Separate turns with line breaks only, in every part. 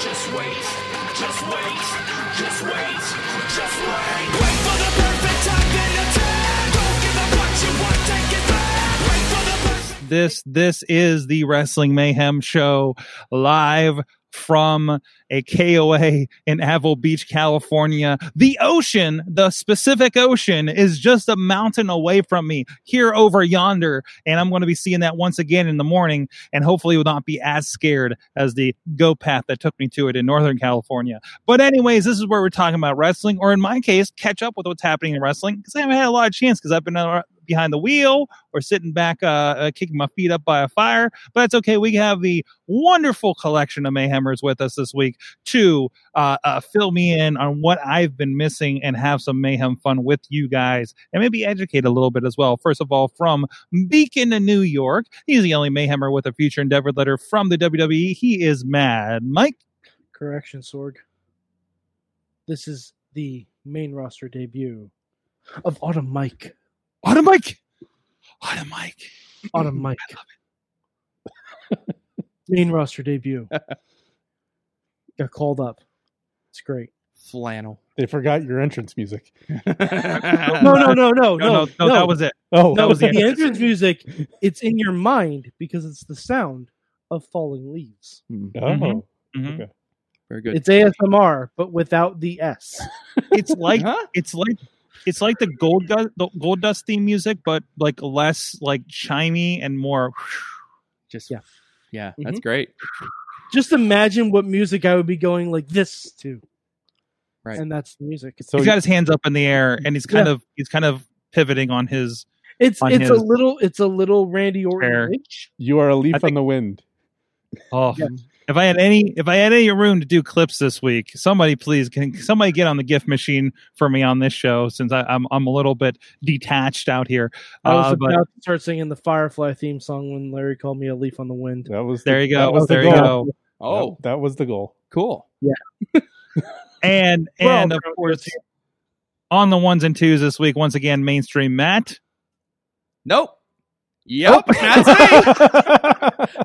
just wait, just wait, just wait, just wait. Wait for the perfect time then attack. Don't give up what you want, take it back. Wait for the perfect
this this is the wrestling mayhem show live from a KOA in Avil Beach, California. The ocean, the Pacific Ocean, is just a mountain away from me here over yonder. And I'm going to be seeing that once again in the morning and hopefully will not be as scared as the go path that took me to it in Northern California. But, anyways, this is where we're talking about wrestling, or in my case, catch up with what's happening in wrestling because I haven't had a lot of chance because I've been uh, behind the wheel or sitting back, uh, uh, kicking my feet up by a fire. But that's okay. We have the wonderful collection of Mayhemers with us this week to uh, uh, fill me in on what I've been missing and have some mayhem fun with you guys and maybe educate a little bit as well. First of all, from Beacon, New York, he's the only Mayhemer with a future endeavor letter from the WWE. He is Mad Mike.
Correction, Sorg. This is the main roster debut of Autumn Mike.
Autumn Mike. Autumn Mike.
Autumn Mike. main roster debut. Got called up. It's great.
flannel.
They forgot your entrance music.
No, no, no, no, no,
No, no, no, that was it.
Oh,
that
no,
was the
the
entrance.
entrance music. It's in your mind because it's the sound of falling leaves.
oh.
Mhm. Mhm.
Okay.
Very good.
It's ASMR, but without the S.
It's like
Huh?
it's like it's like the gold dust, the gold dust theme music, but like less like chimey and more.
Just
Yeah.
yeah, yeah. That's great.
Just imagine what music I would be going like this to.
Right.
And that's the music.
So
he's got his hands up in the air and he's kind
Yeah.
of he's kind of pivoting on his.
It's
on
it's a
his-
little it's a little Randy
Fair.
Orton itch.
you are a leaf
I think-
on the wind.
Oh,
Yeah.
if I had any if I had any room to do clips this week, somebody please can somebody get on the gift machine for me on this show since I, I'm I'm a little bit detached out here.
I was
Uh, but-
about to start singing the Firefly theme song when Larry called me a leaf on the wind.
That was
There you
that
go.
was the
There you
goal.
go.
Oh,
That- that was the goal.
cool.
And
Well,
and of
there was
course on the ones and twos this week, once again, mainstream Matt.
Nope. Yep. That's me.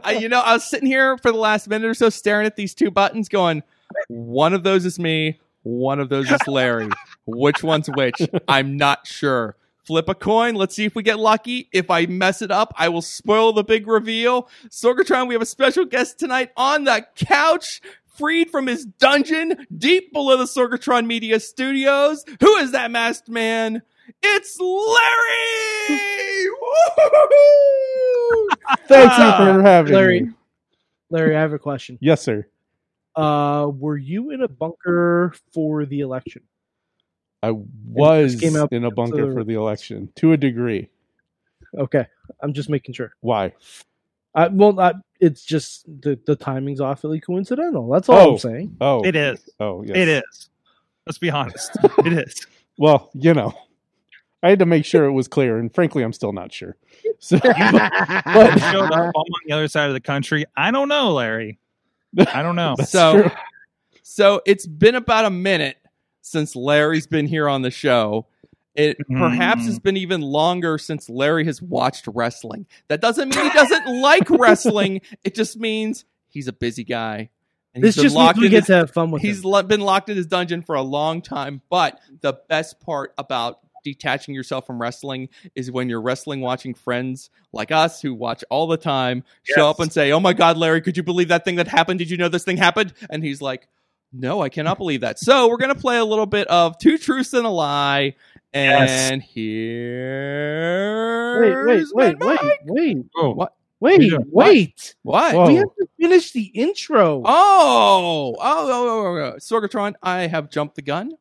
I, you know, I was sitting here for the last minute or so, staring at these two buttons, going, "One of those is me. One of those is Larry. which one's which? I'm not sure." Flip a coin. Let's see if we get lucky. If I mess it up, I will spoil the big reveal. Sorgatron, we have a special guest tonight on the couch, freed from his dungeon deep below the Sorgatron Media Studios. Who is that masked man? It's Larry! Woo-hoo-hoo-hoo!
Thank you
Ah,
for having
Larry.
me.
Larry, I have a question.
Yes, sir.
Uh were you in a bunker for the election?
I was
came out
in a bunker
the-
for the election to a degree.
Okay. I'm just making sure.
Why?
I, well, I, it's just the, the timing's awfully coincidental. That's all
Oh.
I'm saying.
Oh,
It is.
Oh, yes.
It is. Let's be honest. it is.
Well, you know, I had to make sure it was clear, and frankly, I'm still not sure. So,
It showed up all on the other side of the country. I don't know, Larry. I don't know.
so,
true.
so it's been about a minute since Larry's been here on the show. It
Mm-hmm.
perhaps
Mhm.
has been even longer since Larry has watched wrestling. That doesn't mean he doesn't like wrestling. It just means he's a busy guy. And
This
been
just means we
in
get
his-
to have fun with
He's
it.
lo- been locked in his dungeon for a long time, but the best part about detaching yourself from wrestling is when you're wrestling watching friends like us who watch all the time show
Yes.
up and say, "Oh my god, Larry, could you believe that thing that happened? Did you know this thing happened?" And he's like, "No, I cannot believe that." So, we're going to play a little bit of two truths and a lie.
Yes.
And
Wait,
here
wait, wait, wait, wait,
Oh,
What?
wait,
Yeah.
wait.
What?
Whoa.
Oh.
We have to finish the intro.
Oh, oh, oh, oh, oh, oh. Sorgatron, I have jumped the gun.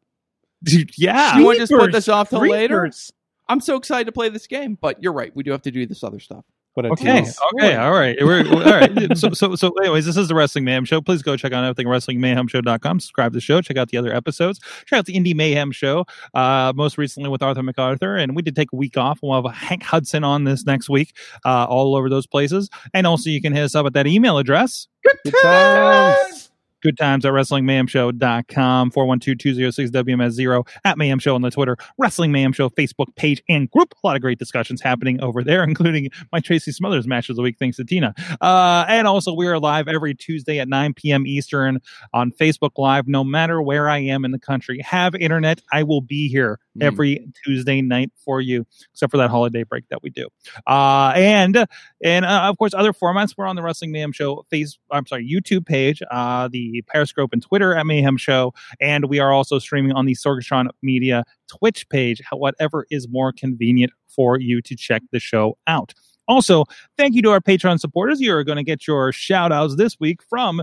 dude, yeah.
you want to just put this off till later?
Creepers.
I'm so excited to play this game, but you're right. We do have to do this other stuff.
What a
Okay.
tease.
Okay. All right. We're, all right. So, so, so, anyways, this is the Wrestling Mayhem Show. Please go check out everything WrestlingMayhemShow.com. Subscribe to the show. Check out the other episodes. Check out the Indie Mayhem Show. Uh, most recently with Arthur MacArthur, and we did take a week off. We'll have Hank Hudson on this next week. Uh, all over those places, and also you can hit us up at that email address.
Good times.
Good times at WrestlingMayhemShow.com, 412-206-WMS0, at Mayhem Show on the Twitter, Wrestling Mayhem Show Facebook page and group. A lot of great discussions happening over there, including my Tracy Smothers match of the week, thanks to Tina. Uh, and also, we are live every Tuesday at 9 p.m. Eastern on Facebook Live, no matter where I am in the country. Have internet. I will be here
Mm.
every Tuesday night for you, except for that holiday break that we do. Uh, and and uh, of course, other formats. We're on the Wrestling Mayhem Show face. I'm sorry, YouTube page, uh, the Periscope and Twitter at Mayhem Show, and we are also streaming on the Sorgatron Media Twitch page. how- Whatever is more convenient for you to check the show out. Also, thank you to our Patreon supporters. You are going to get your shout outs this week from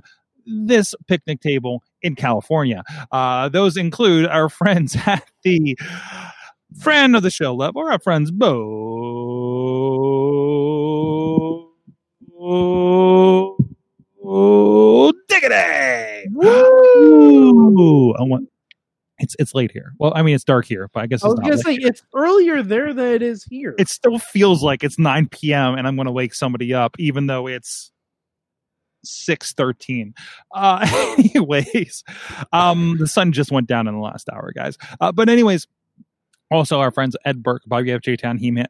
this picnic table in California. Uh, those include our friends at the friend of the show level, our friends Bo Diggity. Woo! I want. It's it's late here. Well, I mean it's dark here, but I guess it's
I was
not
gonna
late.
say it's earlier there than it is here.
it still feels like it's 9 p.m. and I'm going to wake somebody up, even though it's 6:13. Uh, anyways, um, the sun just went down in the last hour, guys. Uh, but anyways, also our friends Ed Burke, Bobby F. J. Town, He-Man,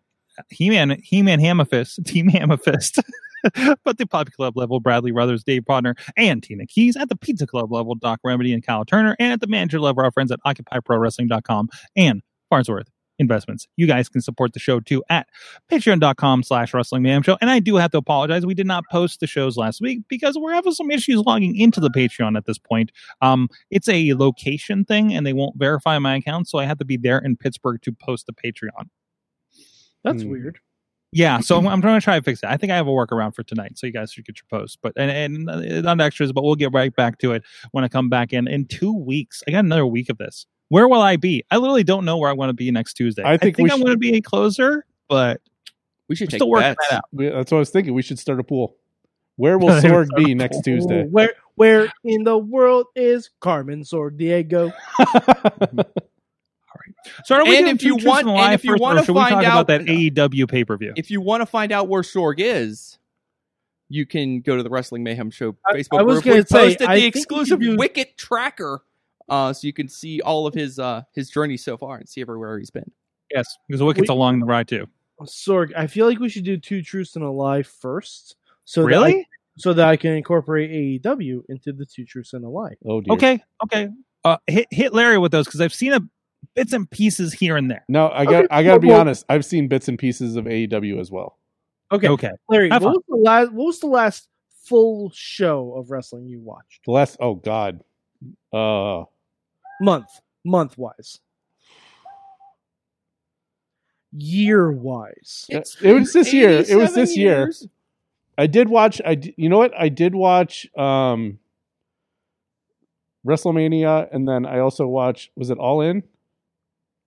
He-Man, He-Man, Hammerfist, Team Hammerfist. but the Poppy Club level, Bradley Brothers, Dave Podner, and Tina Keys. At the Pizza Club level, Doc Remedy and Kyle Turner. And at the manager level, our friends at OccupyProWrestling.com and Farnsworth investments. You guys can support the show too at patreon.com slash wrestling mayhem show. And I do have to apologize. We did not post the shows last week because we're having some issues logging into the Patreon at this point. Um, it's a location thing and they won't verify my account. So I had to be there in Pittsburgh to post the Patreon.
That's
mm,
Hmm.
weird.
Yeah, so I'm, I'm going to try to fix it. I think I have a workaround for tonight, so you guys should get your post. But and and uh, not extras, but we'll get right back to it when I come back in in two weeks. I got another week of this. Where will I be? I literally don't know where I want to be next Tuesday.
I think
I
we
am
should-
going to be a closer, but
We should
we're
take
still working
bets.
that out.
We- That's what I was thinking. We should start a pool. Where will Sorg be next Tuesday?
Where where in the world is Carmen Sorg Diego?
So are we
And
doing
if you
Truth
want-
and
and
Lie
if you
first, or
wanna
should we talk
find
about
out-
that E AEW pay per view,
If you want to find out where Sorg is, you can go to the Wrestling Mayhem Show
I-
Facebook
I was
group. We
gonna say,
posted
I
the
think we
exclusive
should do-
Wicket Tracker, uh, so you can see all of his uh, his journey so far and see everywhere he's been.
yes, because Wicked's
We-
along the ride too.
Sorg, I feel like we should do two truths and a lie first. So that I-
Really?
so that I can incorporate AEW into the two truths and a lie.
Oh dear.
Okay, okay. Uh, hit hit Larry with those because I've seen a bits and pieces here and there.
No, I got
Okay,
I got to be
well-
honest. I've seen bits and pieces of AEW as well.
Okay,
Okay.
Larry,
have
what
fun.
was the last what was the last full show of wrestling you watched?
The last oh god. Uh
Month. Month wise. Year wise.
It's
it was this year. It was
87
this year.
years.
I did watch I d- you know what? I did watch um WrestleMania and then I also watched was it All In?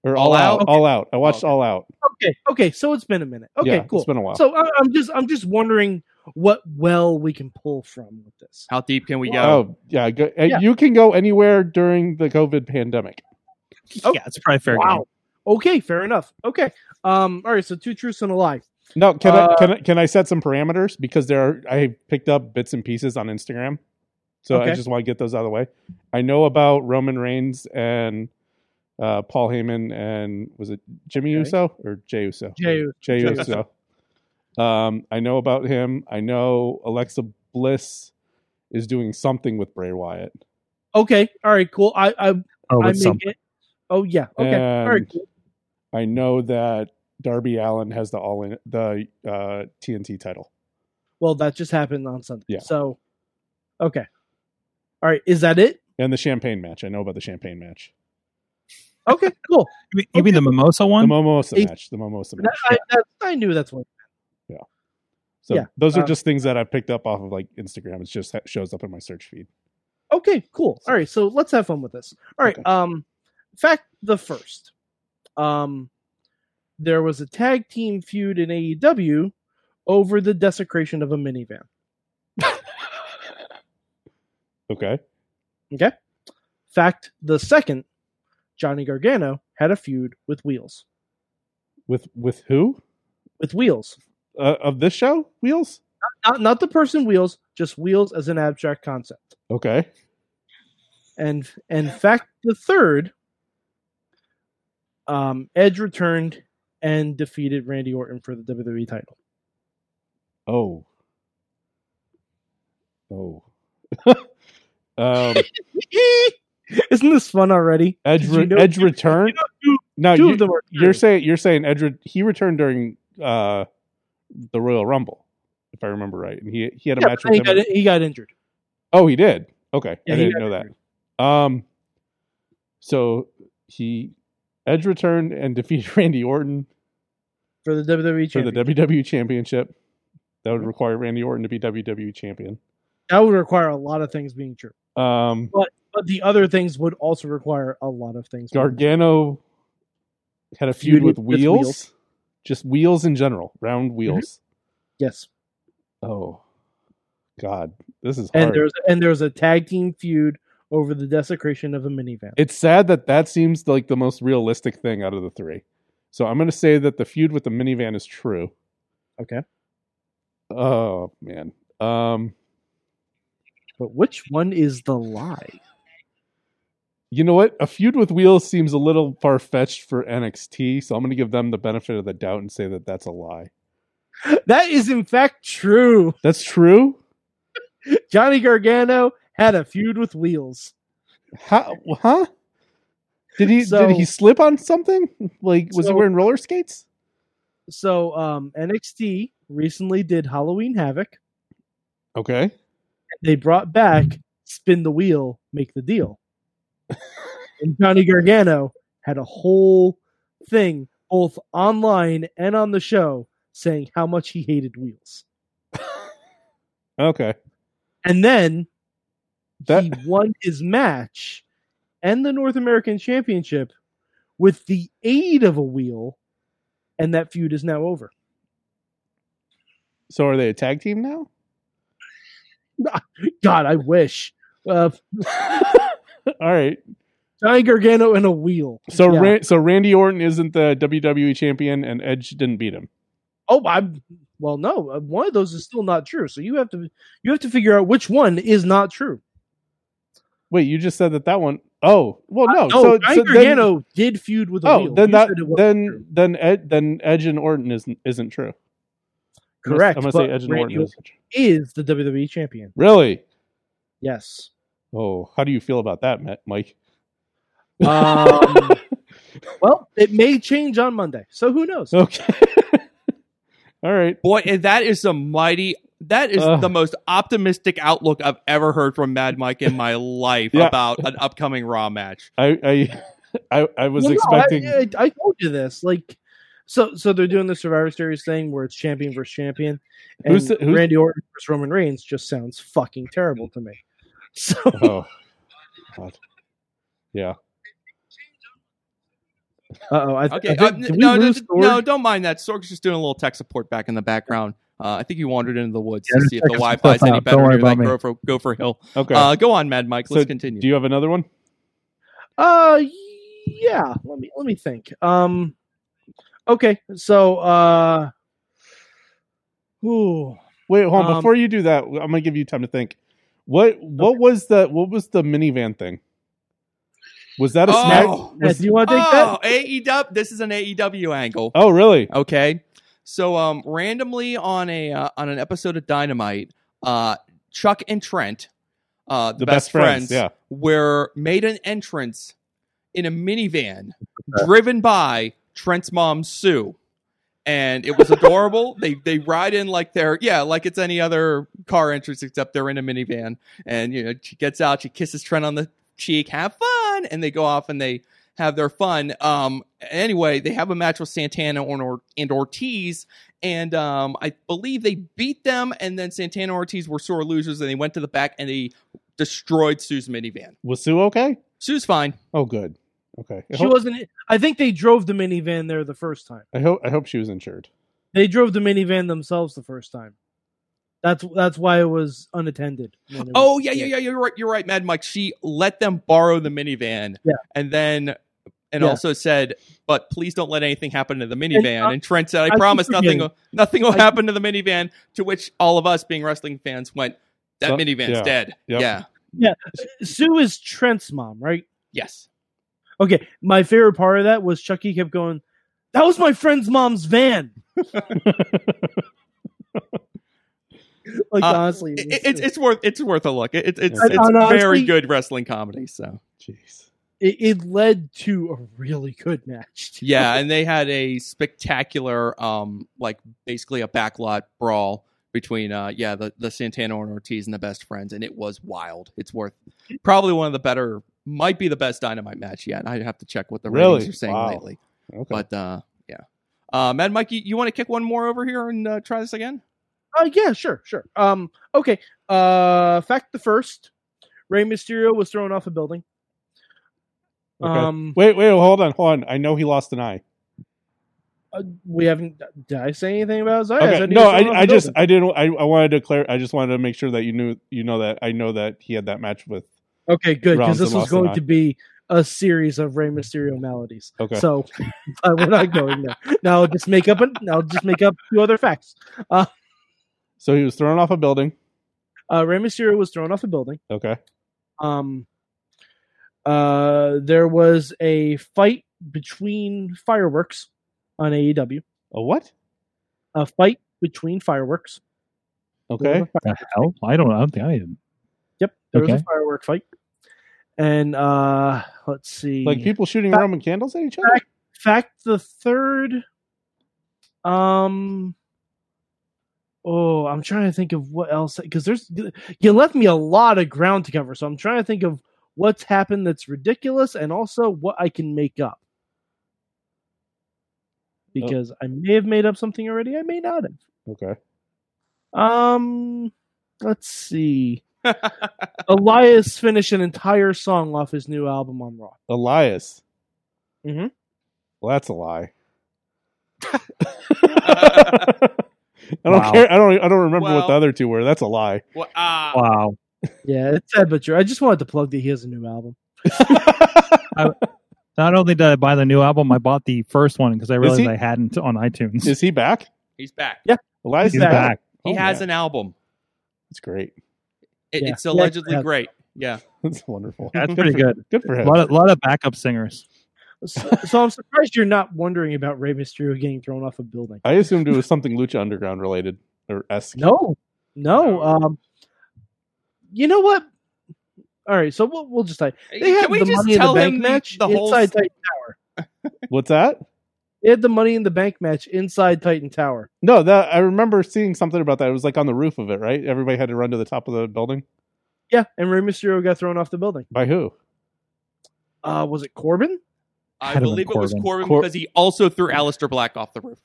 Or All,
All
Out?
Out?
All Out. I watched
Okay.
All Out.
Okay, okay, so it's been a minute. Okay,
Yeah,
cool.
It's been a while.
So I, I'm just I'm just wondering what well we can pull from with this.
How deep can we go?
Oh yeah, go, uh,
Yeah.
you can go anywhere during the COVID pandemic.
Oh,
yeah, it's probably fair. game.
Wow. Okay, fair enough. Okay. Um. All right. So two truths and a lie.
No, can
Uh,
I can I, can I set some parameters because there are I picked up bits and pieces on Instagram, so I
Okay.
just want to get those out of the way. I know about Roman Reigns and uh, Paul Heyman and was it Jimmy
Okay.
Uso or Jay Uso?
Jay,
Jay
Jay
Uso. Um, I know about him. I know Alexa Bliss is doing something with Bray Wyatt.
Okay. All right. Cool. I I
Oh,
I
with
make
some-
it. Oh yeah. Okay. all right.
And-
Cool.
I know that Darby Allen has the all in the uh, TNT title.
Well, that just happened on Sunday.
Yeah.
So. Okay. All right. Is that it?
And the champagne match. I know about the champagne match.
Okay. Cool.
You mean, you mean the mimosa
The
one?
mimosa
Hey.
match. The mimosa
That,
match.
I, that, I knew that's what.
So
yeah.
those are
Uh,
just things that I picked up off of like Instagram. It just ha- shows up in my search feed.
Okay. Cool. All right. So let's have fun with this. All right.
Okay.
Um. Fact the first. Um. There was a tag team feud in AEW E over the desecration of a minivan.
Okay.
Okay. Fact the second, Johnny Gargano had a feud with Wheels.
With with who?
With Wheels.
Uh, of this show? Wheels?
Not not the person Wheels, just Wheels as an abstract concept.
Okay.
And and fact the third, um, Edge returned and defeated Randy Orton for the WWE title.
Oh. Oh. um,
Isn't this fun already?
Edge
Did you
re-
know-
Edge return. no,
Two
you,
of them are
you're
true.
saying you're saying Edge re- he returned during uh, the Royal Rumble, if I remember right, and he he had a
Yeah,
match
but
with
he,
him.
got, he got injured.
Oh, he did. Okay,
Yeah,
I
he
didn't
got
know that. Um, so he Edge returned and defeated Randy Orton
For the E WWE
for
champion.
the WWE Championship. That would require Randy Orton to be WWE champion.
that would require a lot of things being true.
Um,
But the other things would also require a lot of things. being true.
Gargano had a feud
Feud
with
with
wheels,
Wheels. Mm-hmm.
just wheels in general, round wheels.
Yes.
Oh, God, this is
and
hard.
there's and there's a tag team feud over the desecration of a minivan.
it's sad that that seems like the most realistic thing out of the three. So I'm going to say that the feud with the minivan is true.
Okay.
Oh man. Um,
But which one is the lie?
you know what? A feud with wheels seems a little far fetched for NXT, so I'm going to give them the benefit of the doubt and say that that's a lie.
That is in fact true.
That's true.
Johnny Gargano had a feud with Wheels.
How, huh? Did he
So-
did he slip on something? Like was he
So-
wearing roller skates?
So um, NXT recently did Halloween Havoc.
Okay.
They brought back Spin the Wheel, Make the Deal. and Johnny Gargano had a whole thing, both online and on the show, saying how much he hated Wheels.
Okay.
And then
That
he won his match and the North American Championship with the aid of a wheel, and that feud is now over.
so are they a tag team now?
God, I wish. Uh,
All right.
Johnny Gargano and a wheel.
So
Yeah.
Ran- so Randy Orton isn't the WWE champion and Edge didn't beat him.
oh, I'm well. No, uh, one of those is still not true. So you have to you have to figure out which one is not true.
Wait, you just said that that one Oh, well no.
No,
so,
Johnny
so then,
Gargano did feud with a
Oh,
wheel.
then
You
that
said it wasn't
then
true.
then Ed, then Edge and Orton isn't isn't true. I'm gonna-
correct.
I'm going to say
but
Edge and
Randy
Orton isn't true.
is the WWE champion.
Really?
Yes.
Oh, how do you feel about that, Ma- Mike?
Um, well, it may change on Monday, so who knows?
Okay. All right.
Boy, and that is a mighty. That is
Ugh.
the most optimistic outlook I've ever heard from Mad Mike in my life
Yeah.
about an upcoming Raw match.
I I I, I was
Well, no,
expecting
I, I, I told you this. Like, so so they're doing the Survivor Series thing where it's champion versus champion, and
Who's the- who's-
Randy Orton versus Roman Reigns just sounds fucking terrible to me. So
Oh. God. Yeah.
uh-oh, I,
Okay,
okay,
uh,
did
n-
we
no, no,
lose
d-
Sorg?
no, don't mind that. Sorg's just doing a little tech support back in the background. Uh, I think he wandered into the woods
Yeah,
to
just
see if the
check some
Wi-Fi is
stuff
any
out. Don't
better.
worry
Here,
about
like
me.
go for go for Hill.
Okay.
Uh, go on, Mad Mike.
So,
Let's continue.
Do you have another one?
Uh, yeah. Let me let me think. Um, okay. So uh, ooh,
Wait, hold on.
Um,
Before you do that, I'm gonna give you time to think. What what was the what was the minivan thing? Was that a snack?
Oh.
Matt, do you want to take that?
oh, AEW. This is an AEW angle.
Oh, really?
Okay. So um randomly on a uh, on an episode of Dynamite, uh Chuck and Trent, uh the, best, friends,
Yeah.
were made an entrance in a minivan driven by Trent's mom Sue. And it was adorable. they they ride in like they're yeah, like it's any other car entrance except they're in a minivan. And you know, she gets out, she kisses Trent on the cheek, have fun, and they go off and they have their fun. Um, anyway, they have a match with Santana and, or- and Ortiz, and um, I believe they beat them. And then Santana and Ortiz were sore losers, and they went to the back and they destroyed Sue's minivan.
Was Sue okay?
Sue's fine.
Oh, good. Okay. I
She
hope,
wasn't. I think they drove the minivan there the first time.
I hope I hope she was insured.
They drove the minivan themselves the first time. That's that's why it was unattended. when it was-
Oh yeah, yeah, yeah. You're right. You're right, Mad Mike. She let them borrow the minivan,
Yeah.
and then and
Yeah. uh,
also said, "But please don't let anything happen to the minivan." And,
I-
Trent said, "I,
keep
promise nothing.
forgetting.
will- Nothing will
I-
happen to the minivan." To which all of us, being wrestling fans, went, "That
So-
minivan's
yeah.
dead."
Yep.
Yeah.
Sue is Trent's mom, right?
Yes.
Okay, my favorite part of that was Chucky kept going, "That was my friend's mom's van." like
Uh,
honestly,
It-
it
it-
was-
it's it's worth it's worth a look. It, it's it's,
Yeah.
it's
And
very
honestly-
good wrestling comedy. So
Jeez.
it, it led to a really good match. too.
yeah, and they had a spectacular, um, like basically a backlot brawl between, uh, yeah, the the Santana and Ortiz and the best friends, and it was wild. It's worth probably one of the better, might be the best Dynamite match yet. I have to check what the ratings
Really?
are saying
Wow.
lately,
Okay.
but uh, yeah. Uh, Mad Mike, you, you want to kick one more over here and uh, try this again?
Uh, yeah, sure, sure. Um, okay. Uh, fact the first, Rey Mysterio was thrown off a building.
Okay.
Um,
wait, wait, hold on, hold on. I know he lost an eye.
uh, we haven't. Did I say anything about Zaya?
okay. No, I, I just, I didn't, I, I wanted to clear. I just wanted to make sure that you knew, you know that I know that he had that match with.
Okay, good because
Rollins
this
and
was
lost an
going
eye.
to be a series of Rey Mysterio maladies.
Okay.
So uh, we're not going there. Now I'll just make up. An, now I'll just make up two other facts.
So he was thrown off a building.
Uh, Rey Mysterio was thrown off a building.
Okay.
Um, uh, there was a fight between fireworks on AEW.
A what?
A fight between fireworks. There was
Okay.
a fi-
The hell? I don't know. I don't think I didn't.
Yep, there was
Okay.
a firework fight. And uh, let's see.
Like people shooting
Fact-
Roman candles at each other.
fact the third um oh i'm trying to think of what else because there's you left me a lot of ground to cover so i'm trying to think of what's happened that's ridiculous and also what i can make up because i may have made up something already i may not have
Okay.
um let's see elias finished an entire song off his new album on raw
Elias.
Mm-hmm.
Mhm.
Well, that's a lie. I don't
Wow.
care. I don't. I don't remember
Well-
what the other two were. That's a lie.
Well, uh,
Wow.
yeah it's sad but true i just wanted to plug that he has a new album
Not only did I buy the new album, I bought the first one because I realized
he-
I hadn't on iTunes.
Is he back?
he's back.
Elias
He's
is back.
back.
He
Oh,
has
man.
an album.
That's great.
It,
Yeah.
It's
Yeah,
allegedly
yeah.
great. Yeah.
That's wonderful.
That's pretty good.
Good for
A
him.
lot, of, lot of backup singers.
so, so I'm surprised you're not wondering about Rey Mysterio getting thrown off a building.
I assumed it was something Lucha Underground related or esque.
No, no. Um, you know what? All right, so we'll, we'll just say they had
Can we
the
just
Money in the
tell
Bank
him the,
match
the whole
inside Titan.
What's that?
They had the Money in the Bank match inside Titan Tower.
No, that I remember seeing something about that. It was like on the roof of it, right? Everybody had to run to the top of the building.
Yeah, and Rey Mysterio got thrown off the building.
By who?
Uh, was it Corbin?
I
Had him in
believe it was
Corbin.
Corbin
Cor-
because he also threw Alistair Black off the roof.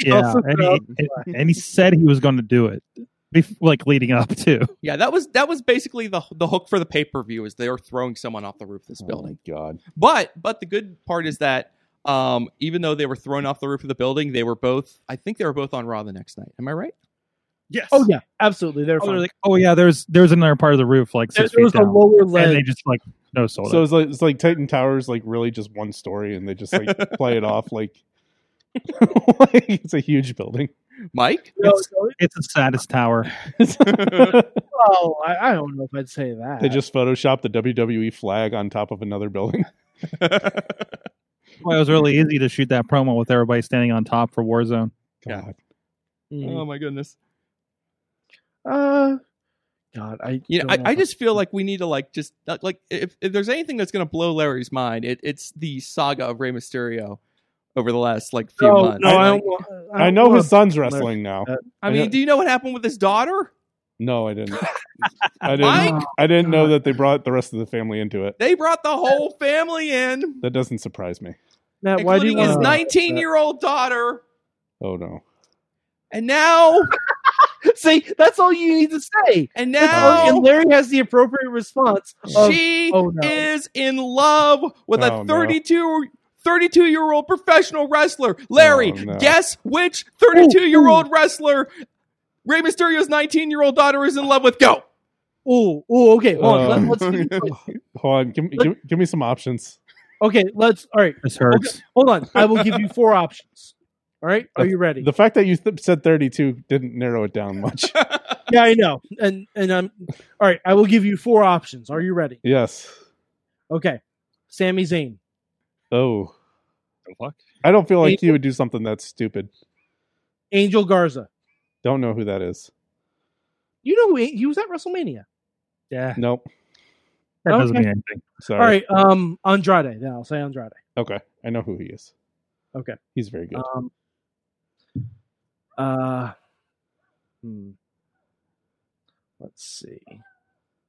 Yeah,
Also
and he, and- and he said he was going to do it, bef- like leading up to.
Yeah, that was that was basically the the hook for the pay per view is they are throwing someone off the roof of this building.
Oh my god.
But but the good part is that um, even though they were thrown off the roof of the building, they were both I think they were both on Raw the next night. Am I right?
Yes.
Oh yeah, absolutely. They're
Oh,
fine.
they're like, oh yeah. There's there's another part of the roof like
there,
six
there was
feet down,
a lower
and they
leg.
just like no sold
So
it.
it's like it's like Titan Towers, like really just one story, and they just like play it off like, like it's a huge building.
Mike?
No, no,
It's the saddest tower.
they
well, oh, I, I don't know if I'd say that.
just photoshopped the WWE flag on top of another building.
That's why it was really easy to shoot that promo with everybody standing on top for Warzone.
Yeah.
God.
Mm.
oh my goodness.
Uh, God, I
Oh. You know,
don't
I,
know
I
if
just feel like we need to like just not- like if, if there's anything that's gonna blow Larry's mind, it, it's the saga of Rey Mysterio over the last like few
no,
months.
Oh, No, I,
Like,
don't want, I,
I
don't
know
wanna-
Oh,
his son's wrestling now.
I mean,
Yeah.
do you know what happened with his daughter?
No, I didn't. I didn't.
Mike?
I didn't know
God.
that they brought the rest of the family into it.
They brought the whole family in,
That doesn't surprise me.
Matt, why do you
including his
want to,
19 year old daughter.
Oh no.
And now,
see? That's all you need to say.
and
That's all-
now
and Larry has the appropriate response. Of,
she
oh, no.
is in love with
Oh, no.
a 32 32 year old professional wrestler. Larry,
Oh, no.
guess which 32 year old wrestler Rey Mysterio's 19 year old daughter is in love with? Go.
Oh, oh, okay. Hold on.
Um,
Let, us
Hold on, give me give, give me some options.
okay, let's. All right,
This hurts.
hold on. I will give you four options. All right, are you ready?
The fact that you th- said 32 didn't narrow it down much.
Yeah, I know. And and I'm. All right, I will give you four options. Are you ready?
yes.
Okay, Sami Zayn,
Oh,
What?
I don't feel like he would do something that's stupid.
Angel Garza.
Don't know who that is.
You know he he was at WrestleMania. Yeah.
Nope.
That doesn't
Okay.
mean anything.
Sorry.
All right. Um, Andrade. Yeah, I'll say Andrade.
Okay. I know who he is.
Okay.
He's very good.
Um. Uh. Hmm. Let's see.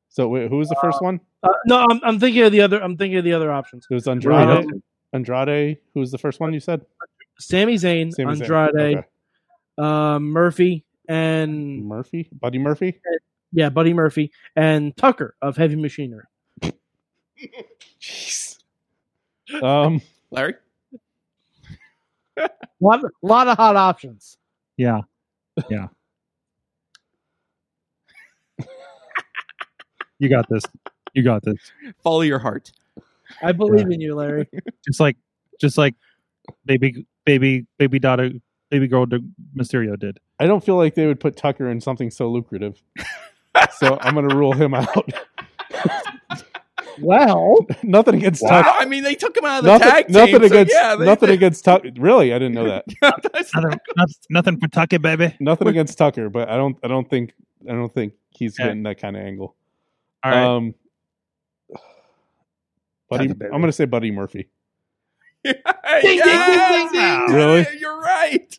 so wait, who was the first one?
Uh, no, I'm, I'm thinking of the other. I'm thinking of the other options.
It was
Really
Andrade.
helped.
Andrade. Who was the first one you said?
Sami Zayn,
Sami Zayn.
Andrade,
Okay.
uh, Murphy, and
Murphy. Buddy Murphy.
yeah, Buddy Murphy and Tucker of Heavy Machinery.
Jeez. Um.
Larry?
Lot, lot of hot options.
Yeah. You got this. You got this.
Follow your heart.
I believe in you, Larry.
Just like, just like, baby, baby, baby daughter, baby girl, De- Mysterio did.
I don't feel like they would put Tucker in something so lucrative. so I'm gonna rule him out.
Well,
nothing against
I,
Tucker.
mean, they took him out of the
Nothing,
tag team.
nothing
so
against
yeah, they-
nothing against Tucker. Really, I didn't know that.
Nothing, nothing, nothing for Tucker, baby.
nothing against Tucker, but I don't I don't think I don't think he's
Okay.
getting that kind of angle.
All right.
Um, Buddy,
Tucker, baby.
I'm gonna say Buddy Murphy.
Yes,
Ding, ding, ding,
you
ding.
did
Really?
it. You're right.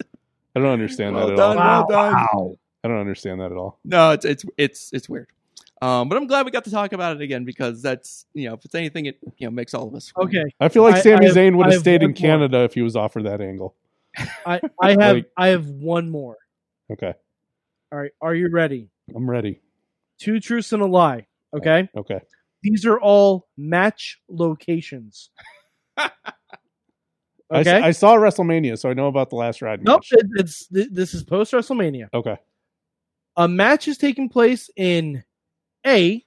I don't understand
Well
that at
done,
all.
well
Wow.
done.
I don't understand that at all.
No, it's it's it's it's weird. Um, but I'm glad we got to talk about it again because that's you know if it's anything it you know makes all of us
okay.
I feel like
I- I
Sami
have-
Zayn would
I
have
have
stayed in
one more.
Canada if he was offered that angle.
I, I have
Like-
I have one more.
Okay,
All right. Are you ready?
I'm ready.
Two truths and a lie. Okay.
Okay,
These are all match locations.
I s-
Okay.
I, saw WrestleMania, so I know about the last ride.
Nope.
match.
It, it's th- this is post WrestleMania.
Okay.
A match is taking place in a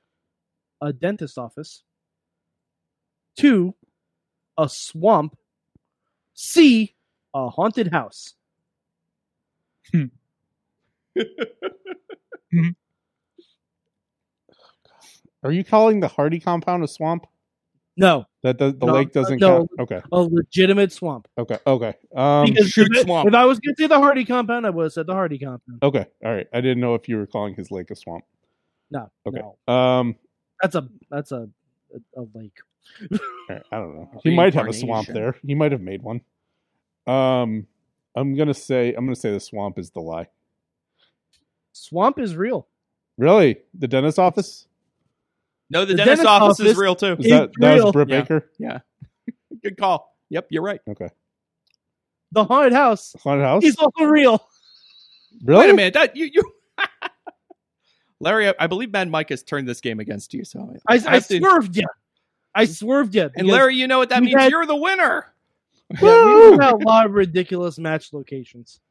a dentist office. Two, a swamp. C, a haunted house.
Are you calling the Hardy compound a swamp?
No,
That does, the
No,
lake doesn't
no.
count. Okay.
a legitimate swamp.
Okay. Okay. Um,
Because
shoot
if, I-
swamp.
if I was going to say the Hardy compound, I would have said the Hardy compound.
okay. All right. I didn't know if you were calling his lake a swamp.
No,
Okay.
no,
Um,
that's a that's a a, a lake.
I don't know. He might have a swamp
Reincarnation.
there. He might have made one. Um, I'm gonna say I'm gonna say the swamp is the lie.
Swamp is real.
Really, the dentist office
No, the,
The
dentist,
dentist
office, is
office-
real too.
was
It's
that that
real.
was Britt
Yeah.
Baker
Yeah, good call. Yep, you're right.
The haunted house
haunted house.
is also real.
really?
Wait a minute, that you you. Larry, I, I believe Mad Mike has turned this game against you. So
I, I,
have to-
swerved you. I swerved you.
and Larry, you know what that
we
means?
had-
You're the winner.
yeah, we have a lot of ridiculous match locations.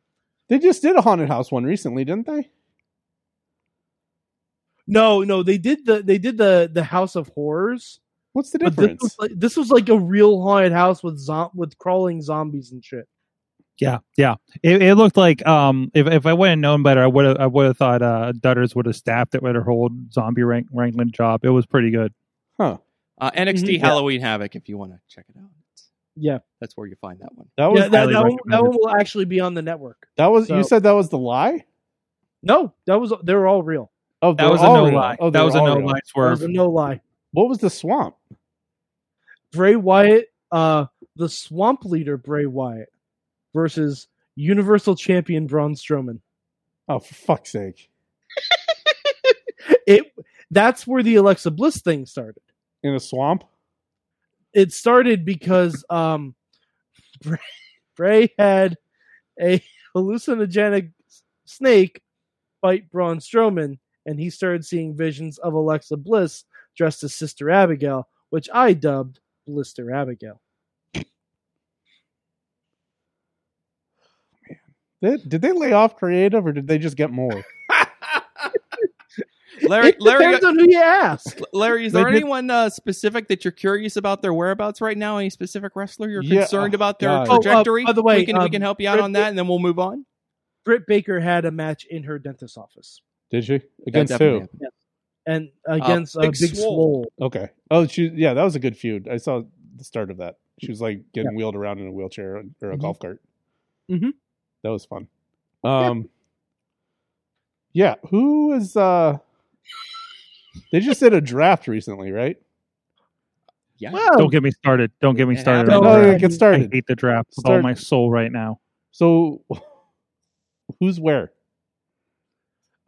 They just did a haunted house one recently, didn't they?
No, no, they did the they did the the House of Horrors,
What's the
but this
difference?
was, like, this was like a real haunted house with zo- with crawling zombies and shit.
Yeah, yeah. It, it looked like um, if if I would have known better, I would have I would have thought uh, Dutters would have staffed it with her whole zombie rank, wrangling job. It was pretty good.
huh?
Uh, NXT
Mhm.
Halloween Havoc, if you want to check it out.
Yeah,
That's where you find that one.
That was
yeah, that,
highly
that, one, that
recommended.
one will actually be on the network.
that was.
so-
you said that was the lie.
No, that was they were all real.
Oh, they
That
were
was a
all
no
real.
lie.
Oh, they
that was
were
a
all
no
real.
lie
That was
swerve.
a no lie.
What was the swamp?
Bray Wyatt, uh, the Swamp Leader Bray Wyatt versus Universal Champion Braun Strowman.
Oh, for fuck's sake!
It that's where the Alexa Bliss thing started.
In a swamp.
it started because um Bray, Bray had a hallucinogenic s- snake bite Braun Strowman, and he started seeing visions of Alexa Bliss dressed as Sister Abigail, which I dubbed Blister Abigail.
They- did they lay off creative or did they just get more?
Larry,
it
Larry,
depends on who you ask.
Larry, is
They
there
did-
anyone uh, specific that you're curious about their whereabouts right now? Any specific wrestler you're
Yeah,
concerned
oh,
about their
God. Oh,
uh,
trajectory?
by the way,
we can, we
um,
can help you out
Rick-
on that, and then we'll move on.
Britt Baker had a match in her dentist's office
Did she against
definitely
who?
and against uh,
Big
Big,
Swole.
Swole.
Okay. Oh, she. Yeah, that was a good feud. I saw the start of that. She was like getting wheeled around in a wheelchair or a
Mhm.
golf cart. Mm-hmm.
Mhm.
That was fun. Um. Yeah. Who is? Uh. They just did a draft recently, right?
Yeah.
Don't get me started. Don't get me
It
started.
happened.
on
No,
the
Oh. yeah,
right.
draft.
get
I
started.
hate the draft with all
Start-
my soul right now.
So, who's where?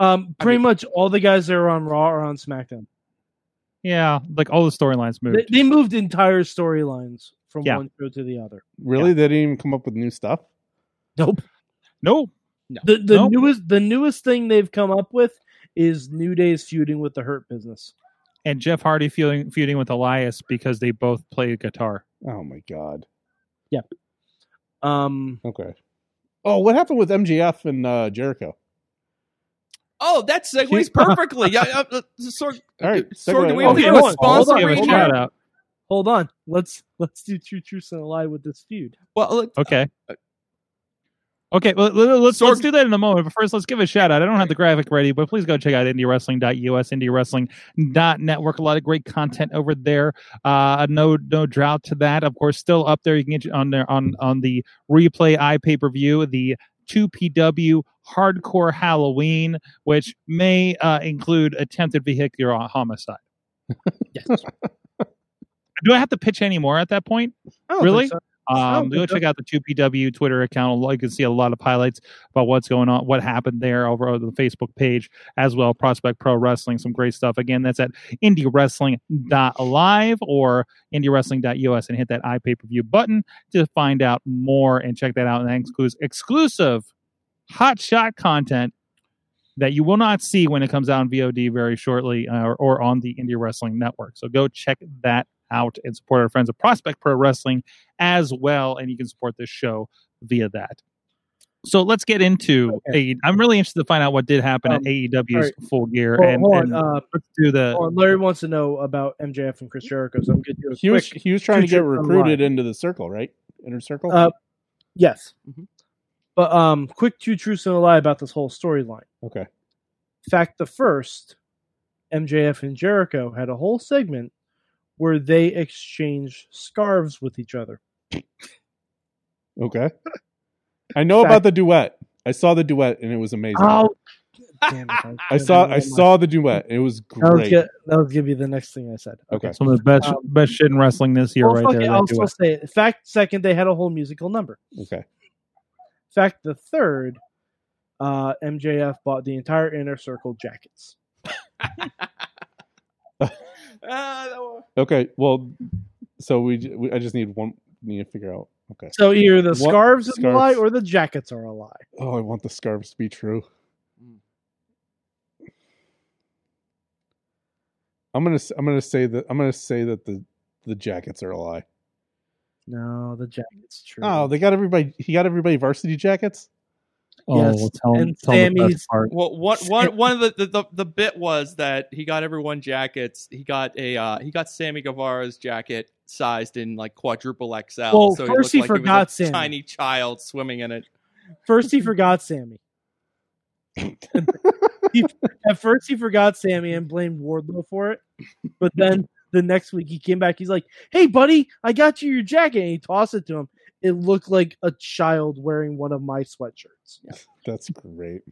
Um,
I
pretty
mean-
much all the guys that are on Raw are on SmackDown.
Yeah, like all the storylines
They,
moved.
they moved entire storylines from
Yeah.
one show to the other.
Really? They didn't even come up with new stuff.
no,
The the
Nope.
newest the newest thing they've come up with is New Day's feuding with the Hurt Business.
and Jeff Hardy feuding, feuding with Elias because they both play guitar.
Oh my god.
Um,
Okay. Oh, what happened with MGF and uh, Jericho?
Oh, that segues perfectly. yeah, uh, uh, Sorg,
All right.
Sorg, do we
Oh,
have to
yeah,
do
hold
a
on,
sponsor
hold on,
Give a
hold
recap?
shout out.
hold on, let's let's do True Truths and a Lie with this feud.
Well, look,
uh,
Okay. Okay, well, let- let's
Sorg-
let's do that in a moment. But first, let's give a shout out. I don't have the graphic ready, but please go check out indiewrestling.us, indiewrestling.network. A lot of great content over there. Uh, no no drought to that. Of course, still up there. You can get you on there on on the replay i pay per view the. 2PW Hardcore Halloween, which may uh, include attempted vehicular homicide. Do I have to pitch any more at that point?
I don't
Really?
think so.
Um,
Oh,
go
okay.
check out the 2PW Twitter account. You can see a lot of highlights about what's going on, what happened there over on the Facebook page as well. Prospect Pro Wrestling, some great stuff. Again, that's at indiewrestling.live or indiewrestling.us and hit that iPay per view button to find out more and check that out. And that includes exclusive hot shot content that you will not see when it comes out on VOD very shortly uh, or, or on the Indie Wrestling Network. So go check that out and support our friends at Prospect Pro Wrestling as well. And you can support this show via that. So let's get into AE. I'm really interested to find out what did happen
Um,
at AEW's
all right.
full gear.
Hold-
and
hold on,
and
uh,
let's do the.
Oh, and Larry wants to know about MJF and Chris Jericho, so I'm going to do a
He was
quick.
he was trying to get
future online.
recruited into the circle, right? Inner circle.
Uh, Yes,
Mhm.
Mm-hmm. but um, quick two truths and a lie about this whole storyline.
okay.
Fact the first, MJF and Jericho had a whole segment where they exchanged scarves with each other.
Okay. I know
Fact-
about the duet. I saw the duet and it was amazing.
Oh, damn it! was
I
gonna
saw
do
I
that.
saw the duet. It was
That was,
great.
good. that was gonna be the next thing I said.
Okay.
some of the best
um,
best shit in wrestling this year,
Well,
right
fuck
there.
it,
that
I'll
duo.
still say it. Fact second, they had a whole musical number.
Okay.
Fact the third, uh, MJF bought the entire inner circle jackets.
Ah,
uh, that one-
Okay. Well, so we, j- we I just need one need to figure out. Okay.
So either the
What
scarves are a lie
scarves?
or the jackets are a lie.
Oh, I want the scarves to be true. Mm. I'm gonna s- I'm gonna say that I'm gonna say that the the jackets are a lie.
No, the jackets true.
Oh, they got everybody. He got everybody varsity jackets.
Oh,
Yes,
well, tell,
and
tell the
Sammy's-
best part.
Well, one, one, one of the, the, the, the bit was that he got everyone jackets. He got a uh, he got Sammy Guevara's jacket sized in like quadruple XL.
Well,
so
first
he,
he
looked like was
forgot
a
Sammy.
tiny child swimming in it.
First he forgot Sammy. He- at first he forgot Sammy and blamed Wardlow for it. But then the next week he came back, he's like, Hey buddy, I got you your jacket and he tossed it to him. It looked like a child wearing one of my sweatshirts.
That's great.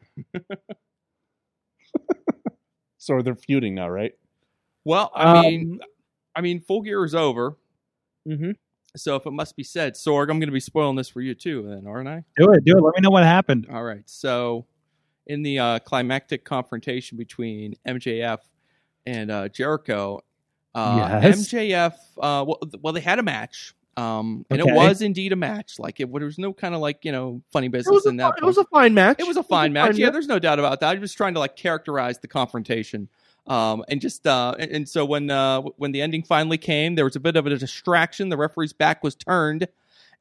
so they're feuding now, right?
Well, I
Um,
mean, I mean, Full Gear is over.
Mhm.
So if it must be said, Sorg, I'm going to be spoiling this for you too, then, aren't I?
Do it, do it. Let me know what happened.
All right. So, in the uh, climactic confrontation between MJF and uh, Jericho, uh,
Yes.
MJF, uh, well, th- well, they had a match. Um, and
Okay.
it was indeed a match. Like, it, there was no kind of like, you know, funny
It was,
business
a,
in that.
it was a fine match.
It was a fine match. Yeah,
match.
there's no doubt about that. I'm just trying to like characterize the confrontation. Um, and just uh, and, and so when uh, when the ending finally came, there was a bit of a distraction. The referee's back was turned,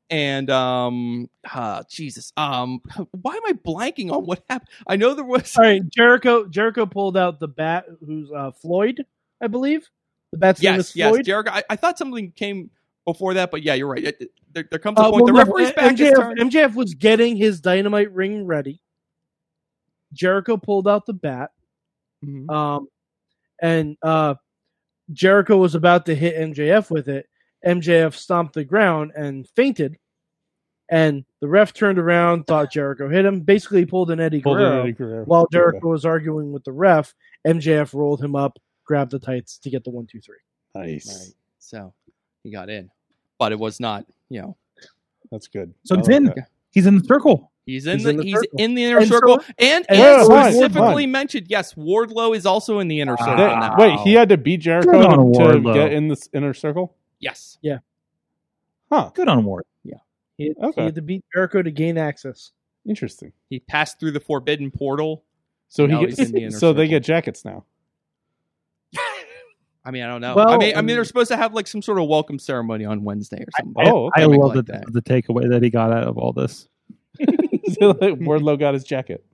and um, uh, Jesus, um, why am I blanking on what happened? I know there was
All right, Jericho. Jericho pulled out the bat. Who's uh, Floyd? I believe the bat's name
yes,
is
yes,
Floyd.
Jericho. I, I thought something came before that, but yeah, you're right. It- There, there comes a
Uh,
point.
well,
the
no,
referee's back is
MJF,
turned.
MJF was getting his dynamite ring ready. Jericho pulled out the bat,
Mhm.
um, and uh, Jericho was about to hit MJF with it. MJF stomped the ground and fainted, and the ref turned around, thought Jericho hit him, basically pulled an Eddie
Pulled
Guerrero.
Eddie Guerrero.
While Jericho was arguing with the ref, MJF rolled him up, grabbed the tights to get the one, two, three.
Nice.
Right. So he got in, but it was not. You know,
That's good.
So
I
it's in.
that.
He's in the circle.
he's in
He's
the,
in the
he's
circle.
in the inner
And so-
circle, and,
and
and,
so is
specifically
Wardlow.
mentioned. Yes, Wardlow is also in the
Ah.
inner circle
That-
now.
Wait, he had to beat Jericho
Good on
to,
Wardlow.
get in this inner circle?
Yes,
Huh.
Good on Ward.
He,
Okay.
he had to beat Jericho to gain access.
Interesting.
he passed through the forbidden portal.
So
Now
he
he's in the inner
gets, so they
circle.
get jackets now.
I mean, I don't know. I
Well,
mean, I mean,
um,
they're supposed to have like some sort of welcome ceremony on Wednesday or something.
Oh, okay.
I, I
Something
love
like
the,
that.
the takeaway that he got out of all this.
so like, Wardlow got his jacket.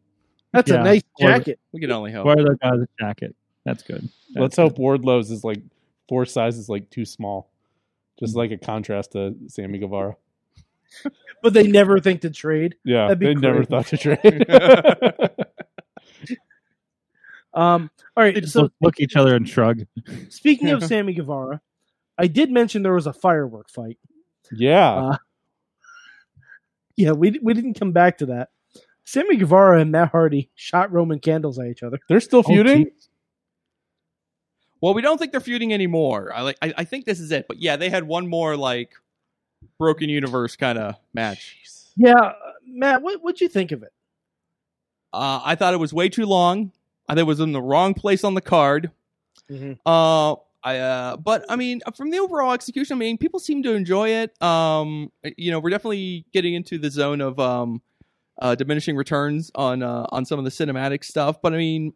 That's
Yeah.
a nice
Or-
jacket.
we can only hope.
Where the guy's jacket? That's good. That's
Let's hope Wardlow's is like four sizes like too small, just like a contrast to Sammy Guevara.
But they never think to trade.
Yeah,
That'd be
they never
great.
thought to trade.
Um, all
They
right.
just
So
look, look each other and shrug.
speaking of Sammy Guevara, I did mention there was a firework fight.
yeah,
Uh, Yeah, we we didn't come back to that. Sammy Guevara and Matt Hardy shot Roman candles at each other.
they're still feuding.
Well, we don't think they're feuding anymore. I like. I, I think this is it. But yeah, they had one more like broken universe kind of match.
Yeah, uh, Matt, what what'd you think of it?
Uh, I thought it was way too long. I thought it was in the wrong place on the card. Uh, I, uh, but I mean, from the overall execution, I mean, people seem to enjoy it. Um, you know, we're definitely getting into the zone of um, uh, diminishing returns on uh, on some of the cinematic stuff. But I mean,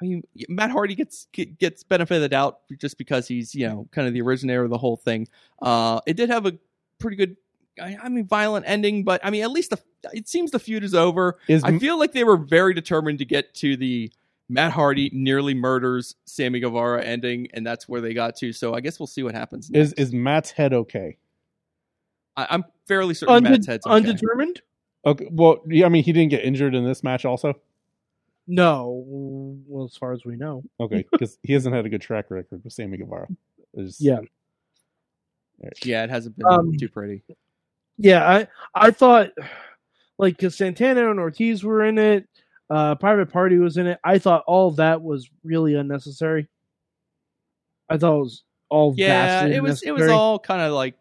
I mean, Matt Hardy gets ge- gets benefit of the doubt just because he's you know kind of the originator of the whole thing. Uh, it did have a pretty good, I, I mean, violent ending, but I mean, at least the it seems the feud is over.
Is
I feel like they were very determined to get to the Matt Hardy nearly murders Sammy Guevara ending, and that's where they got to. So I guess we'll see what happens.
is
next.
is Matt's head okay?
I, I'm fairly certain Matt's
Unde-
head's okay.
undetermined?
Okay. Well, yeah, I mean, he didn't get injured in this match, also.
No, well, as far as we know.
Okay, because he hasn't had a good track record with Sammy Guevara. It's-
Yeah.
yeah, it hasn't been
Um,
too pretty.
Yeah, I I thought like because Santana and Ortiz were in it, uh, Private Party was in it. I thought all that was really unnecessary. I thought it was all
Yeah,
vastly
it was. It was
unnecessary.
all kind of like,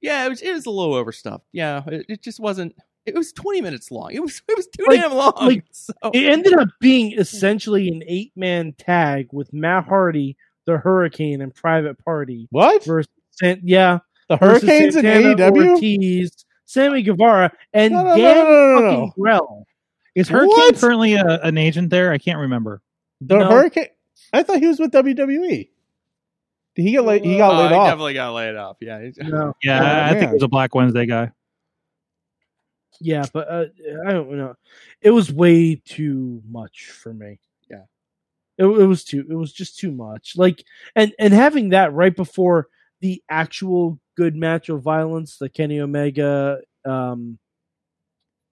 yeah, it was. It was a little overstuffed. Yeah, it, it just wasn't. It was 20 minutes long. It was. It was too
Like-
damn long.
like,
so,
It ended up being essentially an eight man tag with Matt Hardy, the Hurricane, and Private Party
What?
versus San- yeah
The
versus
Hurricanes in
Santana,
AEW?
Ortiz, Sammy Guevara, and
No, no, no,
Dan
no, no, no,
fucking
no.
Grell.
Is Hurricane
What?
currently a, an agent there? I can't remember.
The
No.
Hurricane. I thought he was with WWE. Did he get laid? He got
Oh,
laid
he
off.
definitely got laid off. Yeah, it-
No,
Yeah,
Oh,
I- I think
man.
it was a Black Wednesday guy.
Yeah, but uh, I don't know. It was way too much for me.
Yeah.
it, it was too. It was just too much. Like, and and having that right before the actual good match of violence, the Kenny Omega. Um,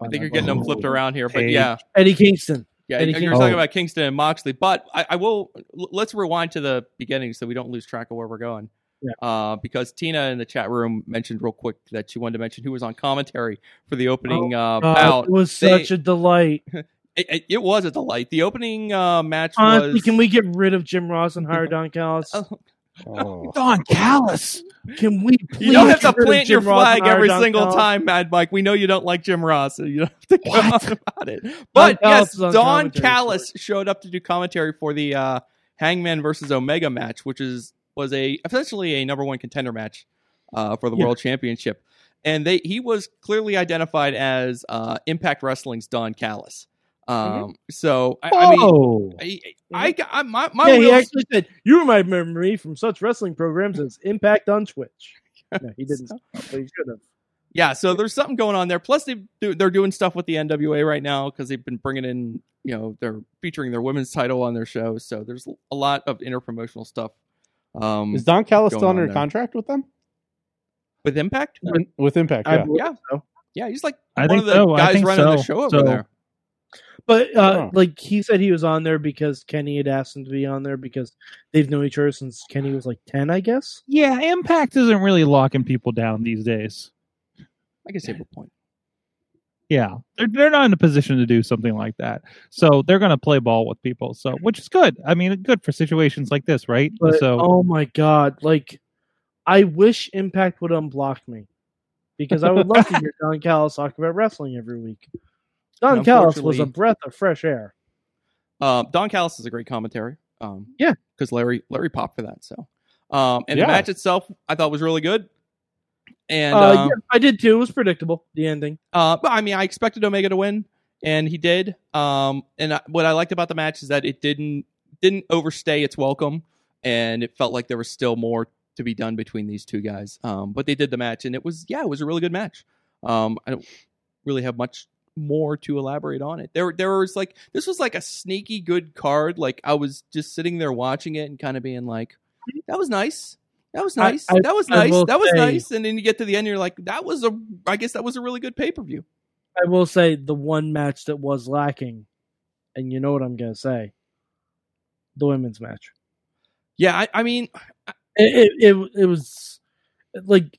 I think you're getting them flipped around here, but
Hey.
yeah.
Eddie Kingston.
Yeah,
And
and
he
you're
came-
talking
Oh.
about Kingston and Moxley, but I, I will l- let's rewind to the beginning so we don't lose track of where we're going.
Yeah.
Uh, because Tina in the chat room mentioned real quick that she wanted to mention who was on commentary for the opening uh,
Uh,
bout.
it was
They-
such a delight.
It, it- it was a delight. The opening uh, match
Honestly,
was.
can we get rid of Jim Ross and hire Don Callis?
Oh,
Oh.
Don Callis.
Can we? Please
you don't have to
get rid of
plant your
Jim Ross and
flag
hire
every
Don
single
Callis?
time, Mad Mike. We know you don't like Jim Ross, so you don't have to go on about it. But
Callis
yes,
is on
Don
commentary,
Callis showed up to do commentary for the uh, Hangman versus Omega match, which is was a essentially a number one contender match uh, for the
Yeah.
world championship, and they he was clearly identified as uh, Impact Wrestling's Don Callis. Um,
Mm-hmm.
So I, I mean,
Oh,
I, I, I- my, my
yeah, he
wheels-
actually said, "You remind memory from such wrestling programs as Impact on Twitch." No, he didn't. but he should have.
yeah, so there's something going on there. Plus, they do, they're doing stuff with the NWA right now because they've been bringing in, you know, they're featuring their women's title on their show. So there's a lot of interpromotional stuff. Um,
Is Don Callis still
Going on
under
there.
contract with them?
with Impact,
With Impact,
I
yeah.
believe
Yeah.
so.
yeah, he's like
I
one
think
of the
so. I
guys
think
running the
so.
show over
So-
there.
But uh,
Oh.
like he said, he was on there because Kenny had asked him to be on there because they've known each other since Kenny was like ten, I guess.
Yeah, Impact isn't really locking people down these days.
I guess you have a point.
Yeah, they're, they're not in a position to do something like that. So they're going to play ball with people. So which is good. I mean, good for situations like this, right?
But
so
oh my god, like I wish Impact would unblock me because I would love to hear Don Callis talk about wrestling every week. Don
And
Callis was a
unfortunately-
breath of fresh air.
Um, Don Callis is a great commentary. Um,
Yeah.
because Larry Larry popped for that. So, um, and
Yeah.
the match itself, I thought was really good. And
uh,
um,
yeah, I did too. It was predictable. The ending.
Uh, but I mean, I expected Omega to win, and he did. Um, and I, what I liked about the match is that it didn't didn't overstay its welcome, and it felt like there was still more to be done between these two guys. Um, but they did the match, and it was yeah, it was a really good match. Um, I don't really have much more to elaborate on it. There, there was like this was like a sneaky good card. Like I was just sitting there watching it and kind of being like, that was nice. That was
I-
nice.
I-
that was
I
nice.
will
That was
say-
nice. And then you get to the end, you're like, that was a. I guess that was a really good pay per view.
I will say the one match that was lacking, and you know what I'm gonna say, the women's match.
Yeah, I, I mean,
it it, it, it was like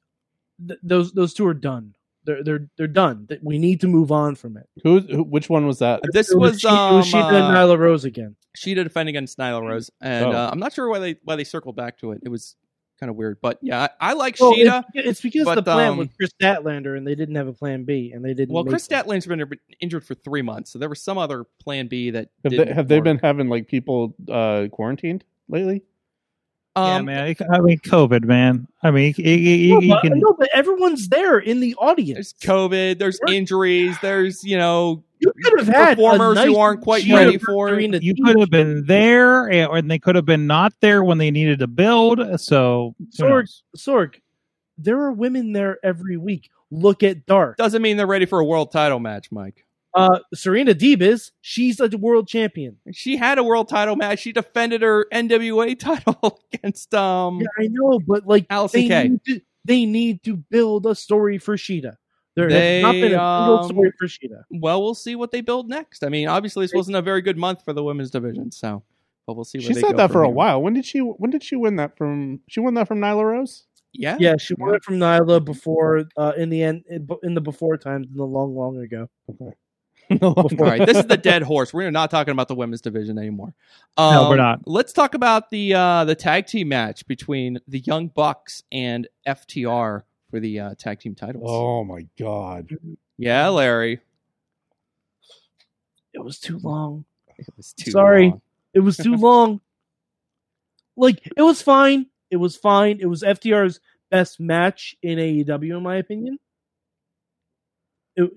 th- those those two are done. They're they're they're done. Th- We need to move on from it.
Who, who? Which one was that?
this
It
was
She- it
um,
was Sheeta and
uh,
Nyla Rose again.
Sheeta defending against Nyla Rose, and
Oh.
uh, I'm not sure why they why they circled back to it. It was kind of weird, but yeah, I, I like
Well,
Sheeta.
it's, it's because
but,
the plan was
um,
Chris Statlander, and they didn't have a plan B, and they didn't.
Well,
make
Chris
one.
Statland's been injured for three months, so there was some other plan B that
Have they,
didn't
have they
work.
been having like people uh, quarantined lately?
Um,
yeah, man. I mean, COVID, man. I mean, you, you- you-
No,
you
but,
can.
no, but everyone's there in the
There's
audience.
COVID. There's
Work.
injuries. There's you know
you could have had a
performers
nice
who aren't quite
Sheeta
ready for it.
Arena
You
team.
could have been there, and- or they could have been not there when they needed to build. So, who
Sorg,
knows?
Sorg, there are women there every week. Look at Dark.
doesn't mean they're ready for a world title match, Mike.
Uh, Serena Deeb is. She's a world champion.
She had a world title match. She defended her NWA title against um
Yeah, I know, but like
Allison
they
Kay.
need, to, they need to build a story for Sheeta. There has not
They,
been a single
um,
story for Sheeta.
well, we'll see what they build next. I mean, obviously, this wasn't a very good month for the women's division, so but we'll see. Where
She
they
said
go
that
from
for a
here.
while. When did she? When did she win that from? She won that from Nyla Rose.
Yeah,
Yeah, she won
yeah.
it from Nyla before uh, in the end in the before times in the long long ago.
All right, this is the dead horse. We're not talking about the women's division anymore. Um,
no, we're not.
Let's talk about the uh, the tag team match between the Young Bucks and FTR for the uh, tag team titles.
Oh my god!
Yeah, Larry,
It was too long.
it was too
Sorry.
long.
It was too long. Like it was fine. It was fine. It was FDR's best match in AEW, in my opinion. It,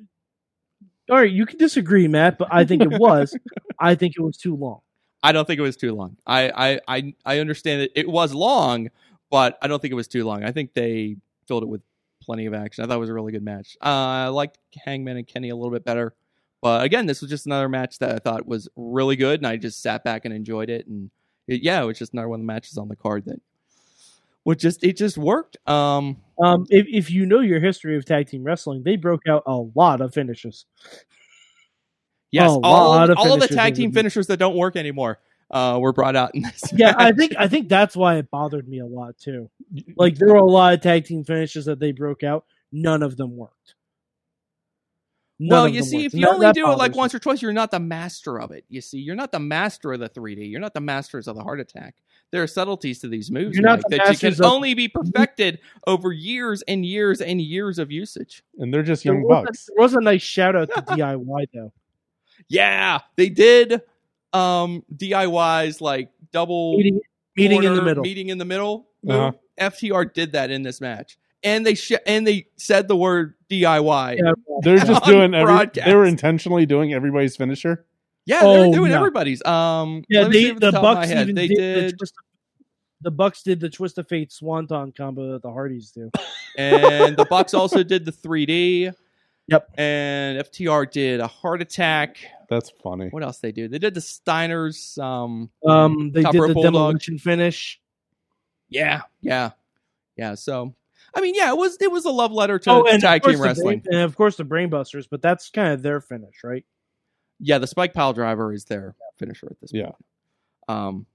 all right, you can disagree, Matt, but I think it was. I think it was too long.
I don't think it was too long. I I I, I understand it. It was long, but I don't think it was too long. I think they filled it with plenty of action. I thought it was a really good match. Uh, I liked Hangman and Kenny a little bit better, but again, this was just another match that I thought was really good, and I just sat back and enjoyed it. And it, yeah, it was just another one of the matches on the card that would just it just worked. Um,
Um, if, if you know your history of tag team wrestling, they broke out a lot of finishes.
yes,
Oh, A
all
lot
of,
of
all of the
finishers
tag
that
team
would be-
finishers that don't work anymore uh, were brought out in this.
Yeah, I
match.
think I think that's why it bothered me a lot too. Like there were a lot of tag team finishes that they broke out. None of them worked. None
well,
of
you
them
see,
worked.
if you
That-
only
that
do it like
bothers me.
once or twice, you're not the master of it. You see, you're not the master of the 3D. You're not the masters of the heart attack. There are subtleties to these moves
You're not
Mike,
the
that you
masters
can
of- Mm-hmm.
only be perfected over years and years and years of usage.
And they're just
There
young
was a-
bucks.
There was a nice shout out to DIY though.
Yeah, they did um DIYs like double
Meeting, meeting in the
corner,
middle.
Meeting in the middle.
Uh-huh.
FTR did that in this match, and they sh- and they said the word DIY.
Yeah.
They're just
On
doing. Every,
broadcast.
they were intentionally doing everybody's finisher.
Yeah, they're
Oh,
doing
no.
everybody's. Um,
Yeah,
let me
they,
see off
the
top of my
Bucks
head.
even
they
did,
did
the, twist of, the Bucks did the twist of fate swanton combo that the Hardys do.
and the Bucks also did the 3D.
Yep.
And FTR did a heart attack.
That's funny.
What else they do? They did the Steiners. Um,
Um, they
Top
did
rope
the
bulldog.
demolition finish.
yeah, yeah, yeah. So, I mean, yeah, it was it was a love letter to
oh, and
tag
of course
team
the
wrestling.
Brain, and of course the brainbusters, but that's kind of their finish, right?
yeah, the Spike Pile Driver is their finisher at this
Yeah.
point. Um,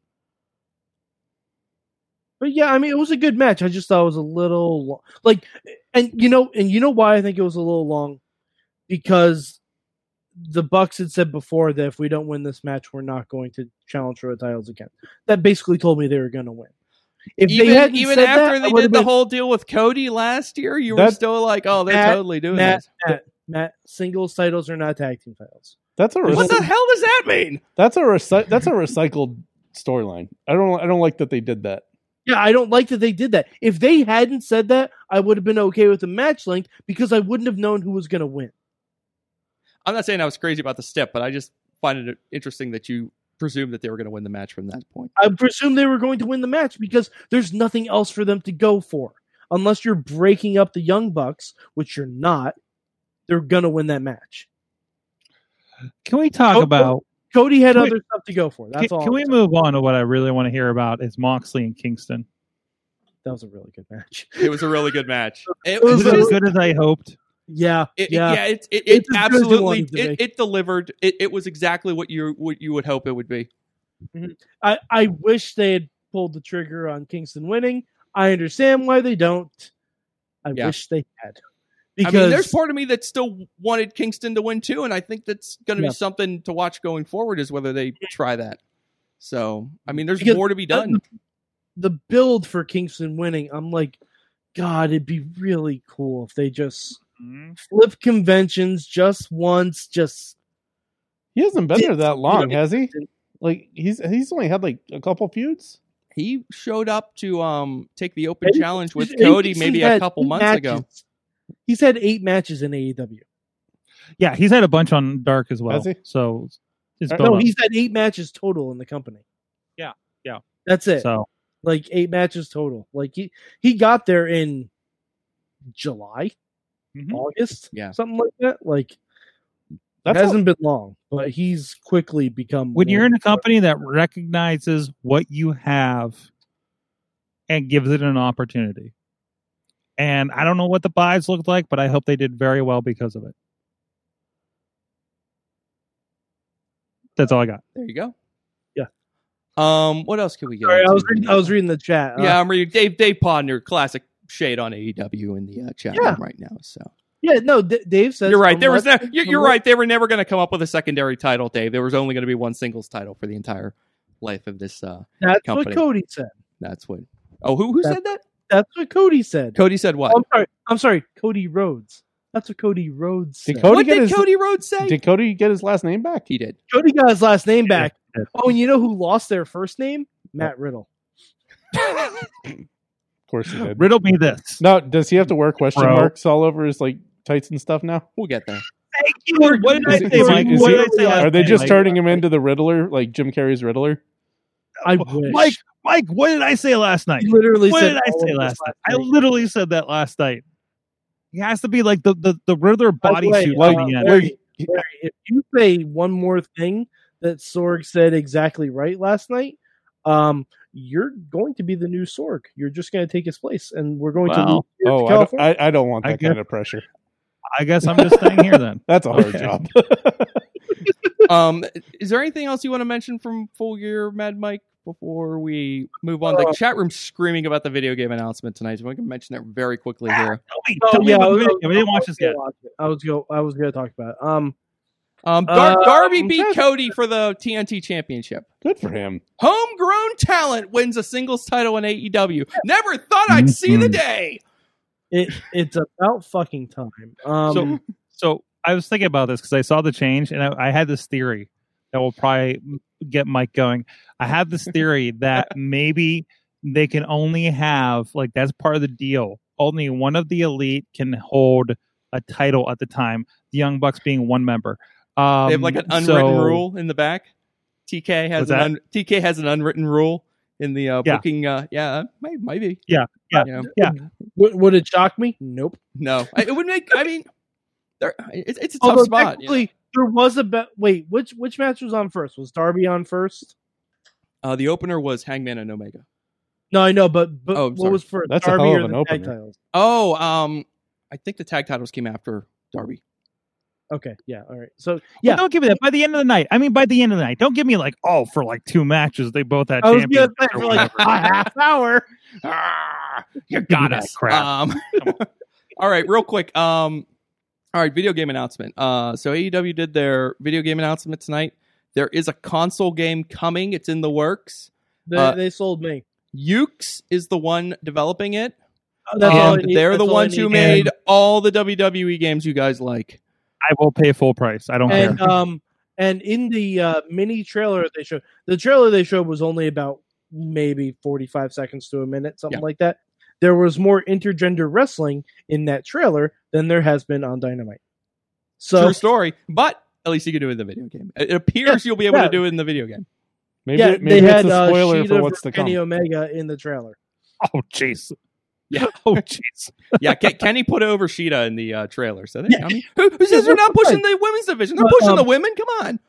But yeah, I mean, it was a good match. I just thought it was a little long. like, and you know, and you know why I think it was a little long because the Bucks had said before that if we don't win this match, we're not going to challenge for the titles again. That basically told me they were going to win. If
even
they hadn't
even
said
after
that, I
they did
would've
the
been-
whole deal with Cody last year, you were
That-
still like, oh, they're
Matt-
totally doing
Matt-
this.
Matt singles titles are not tag team titles.
That's a
What
rec-
the hell does that mean?
that's a recy- that's a recycled storyline. I don't I don't like that they did that.
Yeah, I don't like that they did that. If they hadn't said that, I would have been okay with the match length because I wouldn't have known who was going to win.
I'm not saying I was crazy about the step, but I just find it interesting that you presumed that they were going to win the match from that point.
I presume they were going to win the match because there's nothing else for them to go for. Unless you're breaking up the Young Bucks, which you're not, they're going to win that match.
Can we talk
Oh,
about?
Cody had
Can we-
other stuff to go for. That's
Can,
all.
can we move on to what I really want to hear about? Is Moxley and Kingston?
That was a really good match.
It was a really good match. It
was
Is
was
it
a-
as good as I hoped?
Yeah.
It, yeah.
yeah.
it it,
It's
it
as good as you
absolutely
wanted to
it,
be.
it delivered. It, it was exactly what you what you would hope it would be.
I, I wish they had pulled the trigger on Kingston winning. I understand why they don't. I
Yeah.
wish they had.
I mean, there's part of me that still wanted Kingston to win too, and I think that's going to
Yeah.
be something to watch going forward is whether they try that. So, I mean, there's
Because-
more to be done.
the build for Kingston winning, I'm like, God, it'd be really cool if they just flip conventions just once, just
He hasn't been there that long,
Yeah.
has he? Like he's he's only had like a couple feuds.
He showed up to um take the open
Maybe-
challenge with
Kingston
Cody maybe a
had
couple
eight
months ago.
matches. He's had eight matches in E AEW.
Yeah, he's had a bunch on Dark as well.
Has he?
So it's
Uh,
built
No,
up.
he's had eight matches total in the company.
Yeah, yeah.
That's it.
So
Like eight matches total. Like he he got there in July,
Mm-hmm.
Mhm.
August,
Yeah.
something like that. Like
That's
it
how-
hasn't been long, but he's quickly become
when you're
one
in
of
a
the-
company that recognizes what you have and gives it an opportunity. And I don't know what the buys looked like, but I hope they did very well because of it. That's all I got.
There you go.
Yeah.
Um, what else could we get?
Sorry, I
into?
was reading, I was reading the chat. Uh,
yeah, I'm reading Dave Dave Podner, classic shade on AEW in the uh, chat
Yeah.
room right now. So
yeah. No, D- Dave says
you're right. There was no,
unless-
you're, you're
unless-
right. They were never going to come up with a secondary title, Dave. There was only going to be one singles title for the entire life of this. Uh,
That's
company.
what Cody said.
that's what. Oh, who who
That-
said that?
That's what Cody said.
Cody said what?
Oh, I'm sorry. I'm sorry. Cody Rhodes. That's what Cody Rhodes said.
Did Cody,
what
get
did
his,
Cody Rhodes say?
did Cody get his last name back?
he did.
Cody got his last name back.
Yeah.
Oh, and you know who lost their first name? Matt Riddle.
Of course he did.
Riddle me this.
No, does he have to wear question
Bro.
marks all over his like tights and stuff now?
We'll get there.
What did I
Is he-
say,
is he-
Mike?
is
What
he-
did I say last
Are they
night?
just
Mike?
turning him into the Riddler, like Jim Carrey's Riddler?
I wish.
Oh, Mike, Mike, what did I say last night?
he literally
What
said
did I
all
say
of this
last night? I
night.
literally said that last night. He has to be like the the, the Riddler
By the way,
bodysuit
Like,
uh,
coming in.
Larry,
like-
Larry, if you say one more thing that Sorg said exactly right last night, um, you're going to be the new Sorg. You're just going to take his place, and we're going to
Wow.
lose here
Oh,
to
I don't,
California.
I, I don't want
I
that kind of pressure.
I guess I'm just staying here then.
That's a hard
Okay.
job.
Um, is there anything else you want to mention from Full Year Mad Mike before we move on? The
Uh,
chat room screaming about the video game announcement tonight. So we can mention that very quickly here.
Tell me,
Oh,
tell me
yeah,
about
I
the
was-
video. We didn't
I
watch this
was gonna
yet.
watch it. I was go. I was going to talk about. It. Um,
Um, Dar-
Uh,
Darby
I'm
beat
trying to-
Cody for the TNT Championship.
Good for him.
Homegrown talent wins a singles title in AEW. Never thought I'd see
Mm-hmm.
the day.
it it's about fucking time. Um,
so, so I was thinking about this because I saw the change, and I, I had this theory that will probably get Mike going. I have this theory that maybe they can only have like that's part of the deal. Only one of the elite can hold a title at the time. The Young Bucks being one member. Um,
they have like an unwritten
so-
rule in the back. TK has
What's
an
that?
un- TK has an unwritten rule in the uh,
Yeah.
booking. Uh, yeah, might might be.
Yeah, yeah.
You know,
Would, would it shock me? Nope.
No, I, it would make. I mean, there, it's, it's a tough
Although
spot. you know.
technically there was a bet. Wait, which which match was on first? Was Darby on first?
uh, the opener was Hangman and Omega.
No, I know, but but
Oh, I'm
what
sorry.
was first?
That's a
Darby
hell
or
of an
the tag
opener.
titles?
Oh, um, I think the tag titles came after Darby.
Okay, yeah, all right. So
Yeah.
Yeah.
don't give me that. By the end of the night, I mean, by the end of the night, don't give me like, oh, for like two matches, they both had
I was
champions.
gonna say for like a half hour.
Ah, you
got us. Uh, Crap.
Um, all right, real quick. Um, all right, video game announcement. Uh, so AEW did their video game announcement tonight. There is a console game coming. It's in the works.
They,
Uh,
they sold me.
Ukes is the one developing it.
That's all I
and
need-
they're
that's
the
all I
ones who
need.
made all the WWE games you guys like.
I will pay full price. I don't care.
and um and in the uh, mini trailer they showed the trailer they showed was only about maybe 45 seconds to a minute something
Yeah.
like that there was more intergender wrestling in that trailer than there has been on dynamite so
True story. But at least you can do it in the video game. It it appears you'll be able to
yeah.
do it in the video game.
Maybe,
yeah,
maybe
they
it's
had
a spoiler
uh, Sheeta
for what's to
versus
come.
Kenny Omega in the trailer.
Oh, jeez.
Yeah.
Oh, jeez.
yeah, Ken, Kenny put over Sheeta in the uh, trailer. So they, I mean, who, who says they're not pushing the women's division? They're
But,
pushing
um,
the women. Come on.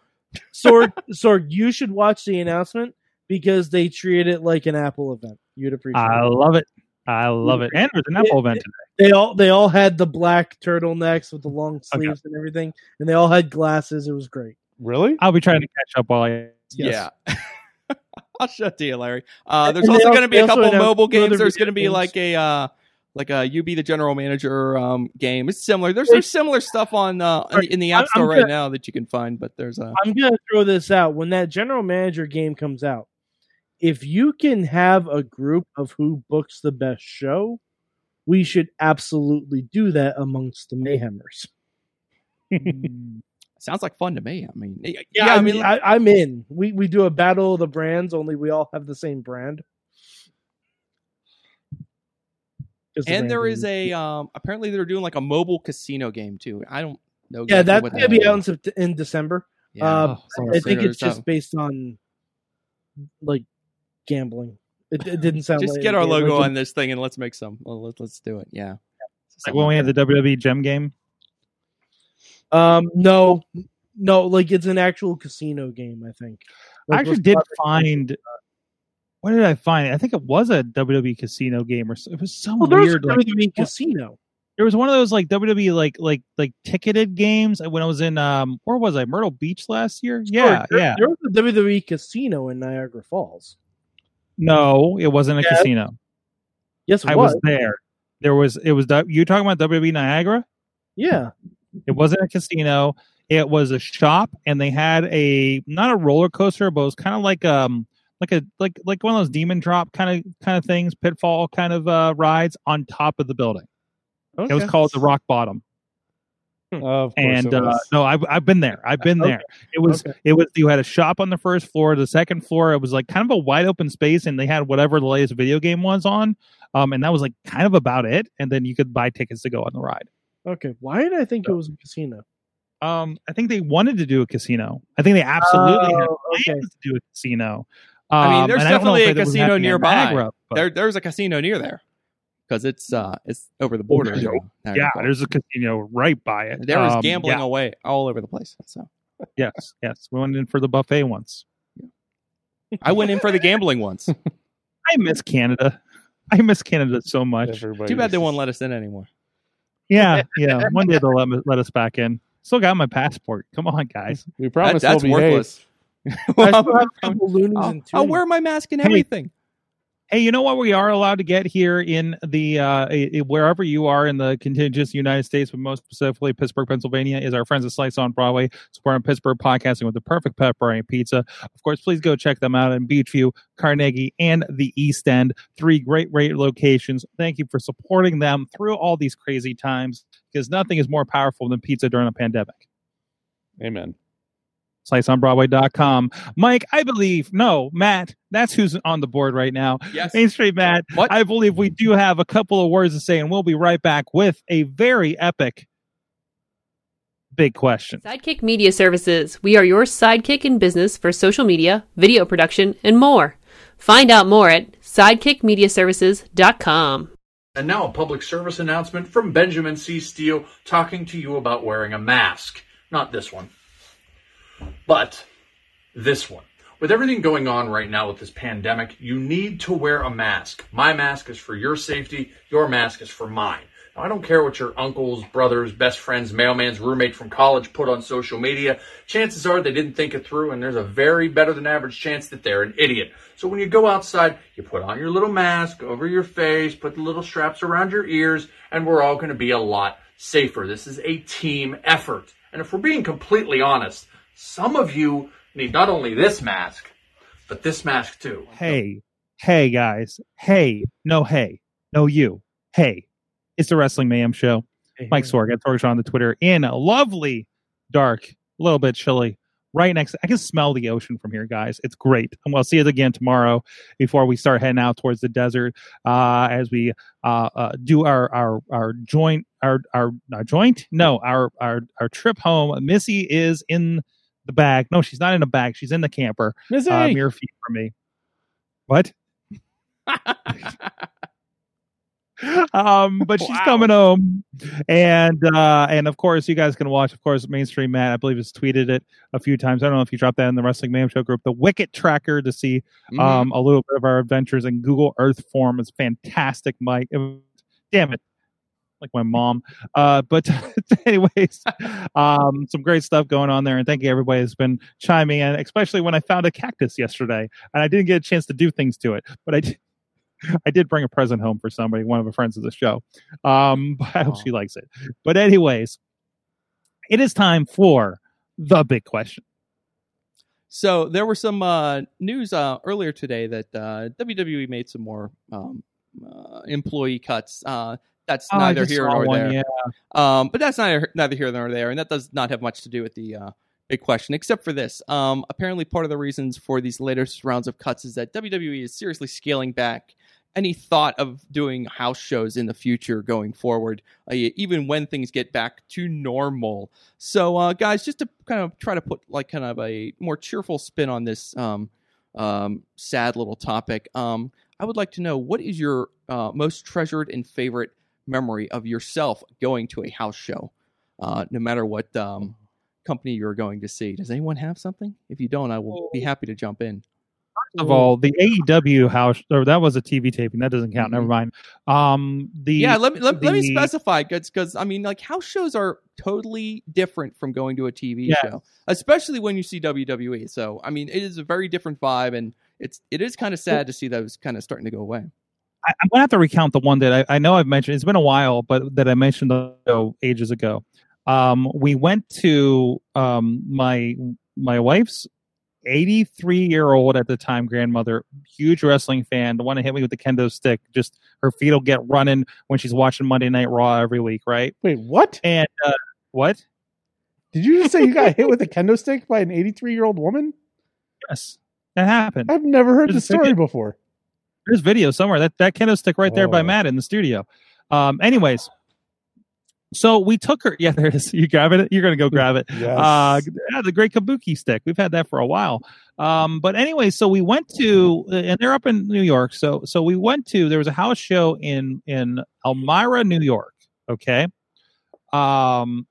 Sorg, Sorg, you should watch the announcement because they treated it like an Apple event. You'd appreciate
I
it.
love it. I love it. And there's an Apple event today.
They all they all had the black turtlenecks with the long sleeves and everything, and they all had glasses. It was great.
Really?
I'll be trying to catch up while I.
Yes.
Yeah. I'll shut to you, Larry. Uh, there's
And they
also
al-
going to be
they
a
also
couple
announced
mobile
two other
games. There's
video
going to be
games.
like a uh, like a you be the general manager um, game. It's similar. There's there's similar stuff on uh, in, the, in the
I-
app store
I'm
right
gonna-
now that you can find. But there's uh, a
I'm gonna throw this out. When that general manager game comes out, if you can have a group of who books the best show, we should absolutely do that amongst the Mayhemers.
Mm.
sounds like fun to me. I mean, yeah,
Yeah,
I mean,
I, I'm in. We we do a battle of the brands, only we all have the same brand. 'Cause the
and
brand
there
is-
is a um, apparently they're doing like a mobile casino game too. I don't know.
yeah,
exactly
that's
what
gonna
that
be out in,
is.
Sept- in December.
Yeah.
uh,
Oh, sorry,
I think
sorry,
it's
sorry.
just based on like gambling. It, it didn't sound.
just
like
get our
anything.
logo
Like,
on this thing and let's make some. Well, let, let's do it. Yeah.
Like when we had the WWE gem game.
Um, no, no, like it's an actual casino game. I think.
I
Like,
actually
with
did
proper-
find. What did I find? I think it was a WWE casino game, or so, it was E some
Well, there's
weird.
a
Like,
WWE casino.
there was one of those like WWE like like like ticketed games. When I was in um, where was I? Myrtle Beach last year. Yeah,
Sure, there-
yeah.
There was a WWE casino in Niagara Falls.
No, it wasn't a
Yeah.
casino.
Yes, it
I was there. There was it was you talking about WWE Niagara?
Yeah,
It wasn't a casino. It was a shop, and they had a not a roller coaster, but it was kind of like um like a like like one of those demon drop kind of kind of things, pitfall kind of uh, rides on top of the building.
okay.
It was called the Rock Bottom,
Of course
and
it
uh,
was.
no, I've I've been there. I've been
Okay.
there. It was
Okay.
it was you had a shop on the first floor, the second floor. It was like kind of a wide open space, and they had whatever the latest video game was on, um, and that was like kind of about it. And then you could buy tickets to go on the ride.
okay. Why did I think it was a casino?
Um, I think they wanted to do a casino. I think they absolutely had
Oh, okay.
plans to do a casino. Um,
I mean, there's
and don't know
definitely
if
a
it was
casino
happening in
nearby.
Niagara, but-
There, there's a casino near there because it's uh, it's over the border.
yeah.
you know,
yeah,
Niagara Falls.
there's a casino right by it.
there is
Um,
gambling away all over the place. So
yeah, yes, yes. We went in for the buffet once.
I went in for the gambling once.
I miss Canada. I miss Canada so much.
Everybody
Too bad they
just-
won't let us in anymore.
Yeah, yeah. One day they'll let, me, let us back in. Still got my passport. Come on, guys.
We
That,
promise
that's
we'll behave.
worthless.
I still have a couple loonies
I'll,
and
I'll
Toonies.
wear my mask and
Hey.
everything.
Hey, you know what? We are allowed to get here in the uh, i- i- wherever you are in the contiguous United States, but most specifically Pittsburgh, Pennsylvania, is our friends at Slice on Broadway, supporting Pittsburgh podcasting with the perfect pepperoni pizza. Of course, please go check them out in Beachview, Carnegie, and the East End. Three great, great locations. Thank you for supporting them through all these crazy times because nothing is more powerful than pizza during a pandemic
Amen.
sliceonbroadway.com. Mike, I believe, no, Matt, that's who's on the board right now.
Yes.
Main Street Matt,
What?
I believe we do have a couple of words to say, and we'll be right back with a very epic big question.
Sidekick Media Services. We are your sidekick in business for social media, video production, and more. Find out more at sidekickmediaservices.com.
And now a public service announcement from Benjamin C. Steele talking to you about wearing a mask. Not this one, but this one. With everything going on right now with this pandemic, you need to wear a mask. My mask is for your safety, your mask is for mine. Now, I don't care what your uncles, brothers, best friends, mailman's roommate from college put on social media. Chances are they didn't think it through, and there's a very better than average chance that they're an idiot. So when you go outside, you put on your little mask over your face, put the little straps around your ears, and we're all going to be a lot safer. This is a team effort. And if we're being completely honest, some of you need not only this mask, but this mask too.
hey, hey guys, hey, no, hey, no, you, hey, it's the Wrestling Mayhem Show. Mike Sorg at Sorgatron on the Twitter in a lovely, dark, a little bit chilly. Right next, I can smell the ocean from here, guys. It's great. And we'll see you again tomorrow before we start heading out towards the desert uh, as we uh, uh, do our our our joint our our our joint no our our our trip home. Missy is in the bag. No, she's not in the bag. She's in the camper.
Missy!
Uh, mere feet from me. What? um, but she's
Wow.
coming home, and uh, and of course you guys can watch. Of course, mainstream Matt, I believe, has tweeted it a few times. I don't know if you dropped that in the Wrestling Man Show group, the Wicket Tracker, to see
Mm-hmm.
um, a little bit of our adventures in Google Earth form is fantastic, Mike. It- Damn it. Like my mom. Uh, but, anyways, um, some great stuff going on there. And thank you, everybody, has been chiming in, especially when I found a cactus yesterday and I didn't get a chance to do things to it. But I did, I did bring a present home for somebody, one of the friends of the show. Um, but I hope she likes it. But, anyways, it is time for the big question.
So there were some uh, news uh, earlier today that uh, WWE made some more um, uh, employee cuts. Uh, that's
Oh, I
neither
just
here
saw
nor
one,
there.
yeah.
Um, but that's neither, neither here nor there, and that does not have much to do with the uh, big question, except for this. Um, apparently, part of the reasons for these latest rounds of cuts is that WWE is seriously scaling back any thought of doing house shows in the future going forward, uh, even when things get back to normal. So, uh, guys, just to kind of try to put like kind of a more cheerful spin on this um, um, sad little topic, um, I would like to know what is your uh, most treasured and favorite memory of yourself going to a house show, uh, no matter what um, company you're going to see. Does anyone have something? If you don't, I will be happy to jump in.
First of all, the AEW house, or that was a TV taping. That doesn't count. Never mind. Um, the
yeah, let me let, let me
the-
specify because I mean, like house shows are totally different from going to a TV
Yes.
show, especially when you see WWE. So I mean, it is a very different vibe, and it's it is kind of sad to see those kind of starting to go away.
I, I'm gonna have to recount the one that I, I know I've mentioned. It's been a while, but that I mentioned uh, ages ago. Um, we went to um my my wife's 83 year old at the time grandmother, huge wrestling fan, the one that hit me with the kendo stick. Just her feet will get running when she's watching Monday Night Raw every week, right?
Wait, what?
And uh, what?
Did you just say you got hit with a kendo stick by an 83 year old woman?
Yes, that happened.
I've never heard the
There's a
story
ticket.
before.
There's video somewhere. That that kendo stick right there by
Oh.
Matt in the studio. Um, anyways, so we took her. Yeah, there it is. You grabbing it? You're gonna go grab it.
Yes.
Uh, yeah, the great kabuki stick. We've had that for a while. Um, but anyway, so we went to, and they're up in New York. So so we went to. There was a house show in in Elmira, New York. Okay. Um,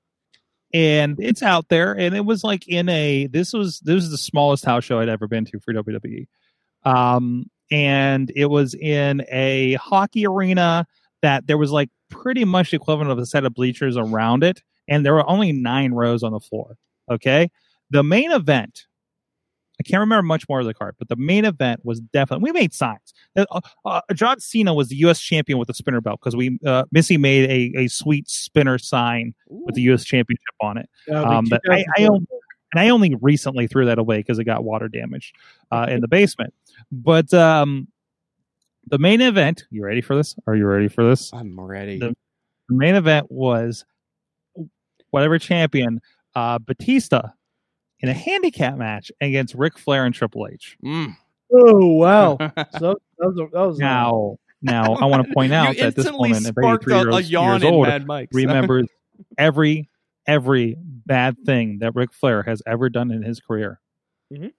and it's out there, and it was like in a. This was this was the smallest house show I'd ever been to for WWE. Um, and it was in a hockey arena that there was like pretty much the equivalent of a set of bleachers around it and there were only nine rows on the floor. Okay. The main event, I can't remember much more of the card, but the main event was definitely, we made signs. Uh, uh, John Cena was the U.S. champion with the spinner belt because we, uh, Missy made a, a sweet spinner sign with the U.S. championship on it. Um, but I, I only, and I only recently threw that away because it got water damaged uh, in the basement. But um, the main event, you ready for this? Are you ready for this?
I'm ready.
The- the main event was whatever champion uh, Batista in a handicap match against Ric Flair and Triple H.
Mm.
Oh wow! So that was a, that was a-
Now, now I want to point out
you
that this
instantly
woman, at
sparked
83
a, a
years,
yawn
years
in
old,
Mad Mike's.
remembers every every bad thing that Ric Flair has ever done in his career.
Mhm.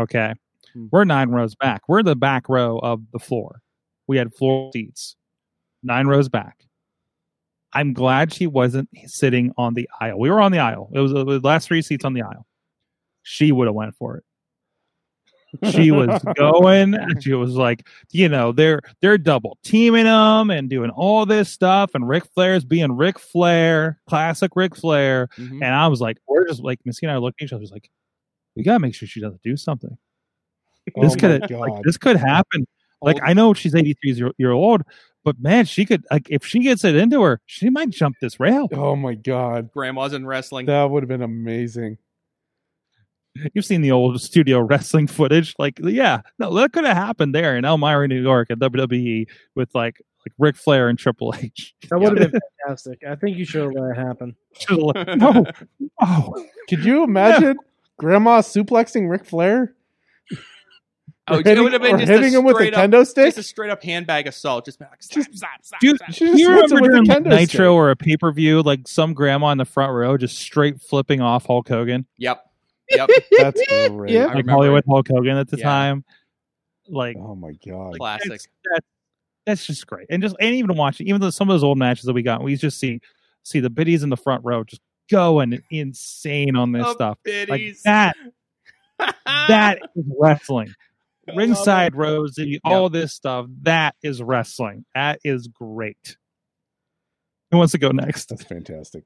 Okay,
Hmm.
we're nine rows back. We're the back row of the floor. We had floor seats. nine rows back. I'm glad she wasn't sitting on the aisle. We were on the aisle. It was uh, the last three seats on the aisle. She would have went for it. She was going. She was like, you know, they're they're double teaming them and doing all this stuff. And Ric Flair's being Ric Flair, classic Ric Flair.
Mhm.
And I was like, we're just like Missy and I looked at each other, just like, we gotta make sure she doesn't do something. This
Oh
could
my
like,
God.
this could happen. Like
Old-
I know she's eighty three year, year old, but man, she could like if she gets it into her, she might jump this rail.
Oh my god,
grandma's in wrestling.
that would have been amazing.
You've seen the old studio wrestling footage, like yeah, no, that could have happened there in Elmira, New York, at WWE with like like Ric Flair and Triple H.
That would have been fantastic. I think you should have let it happen.
no, oh,
Could you imagine Grandma suplexing Ric Flair?
Oh,
Or
it
hitting-
would have been
or
just a
hitting him with a
straight up-
kendo stick.
Just a straight up handbag assault. Just, been like, slap,
Just-
slap, slap,
dude,
slap.
She
Do
just
you
hits him
remember
with a
during like,
kendo stick.
Nitro or a pay per view, like some grandma in the front row just straight flipping off Hulk Hogan,
Yep. Yep.
That's great.
I
like
remember
Hollywood
it.
Hulk Hogan at the
Yeah.
time. Like
Oh my god.
Classic.
That's, that's just great, and just and even watching, even though some of those old matches that we got, we just see see the biddies in the front row just going insane on this
Oh,
stuff. Like
Biddies.
that that is wrestling.
I love
Ringside rows, and all this stuff. That is wrestling. That is great. Who wants to go next?
That's fantastic.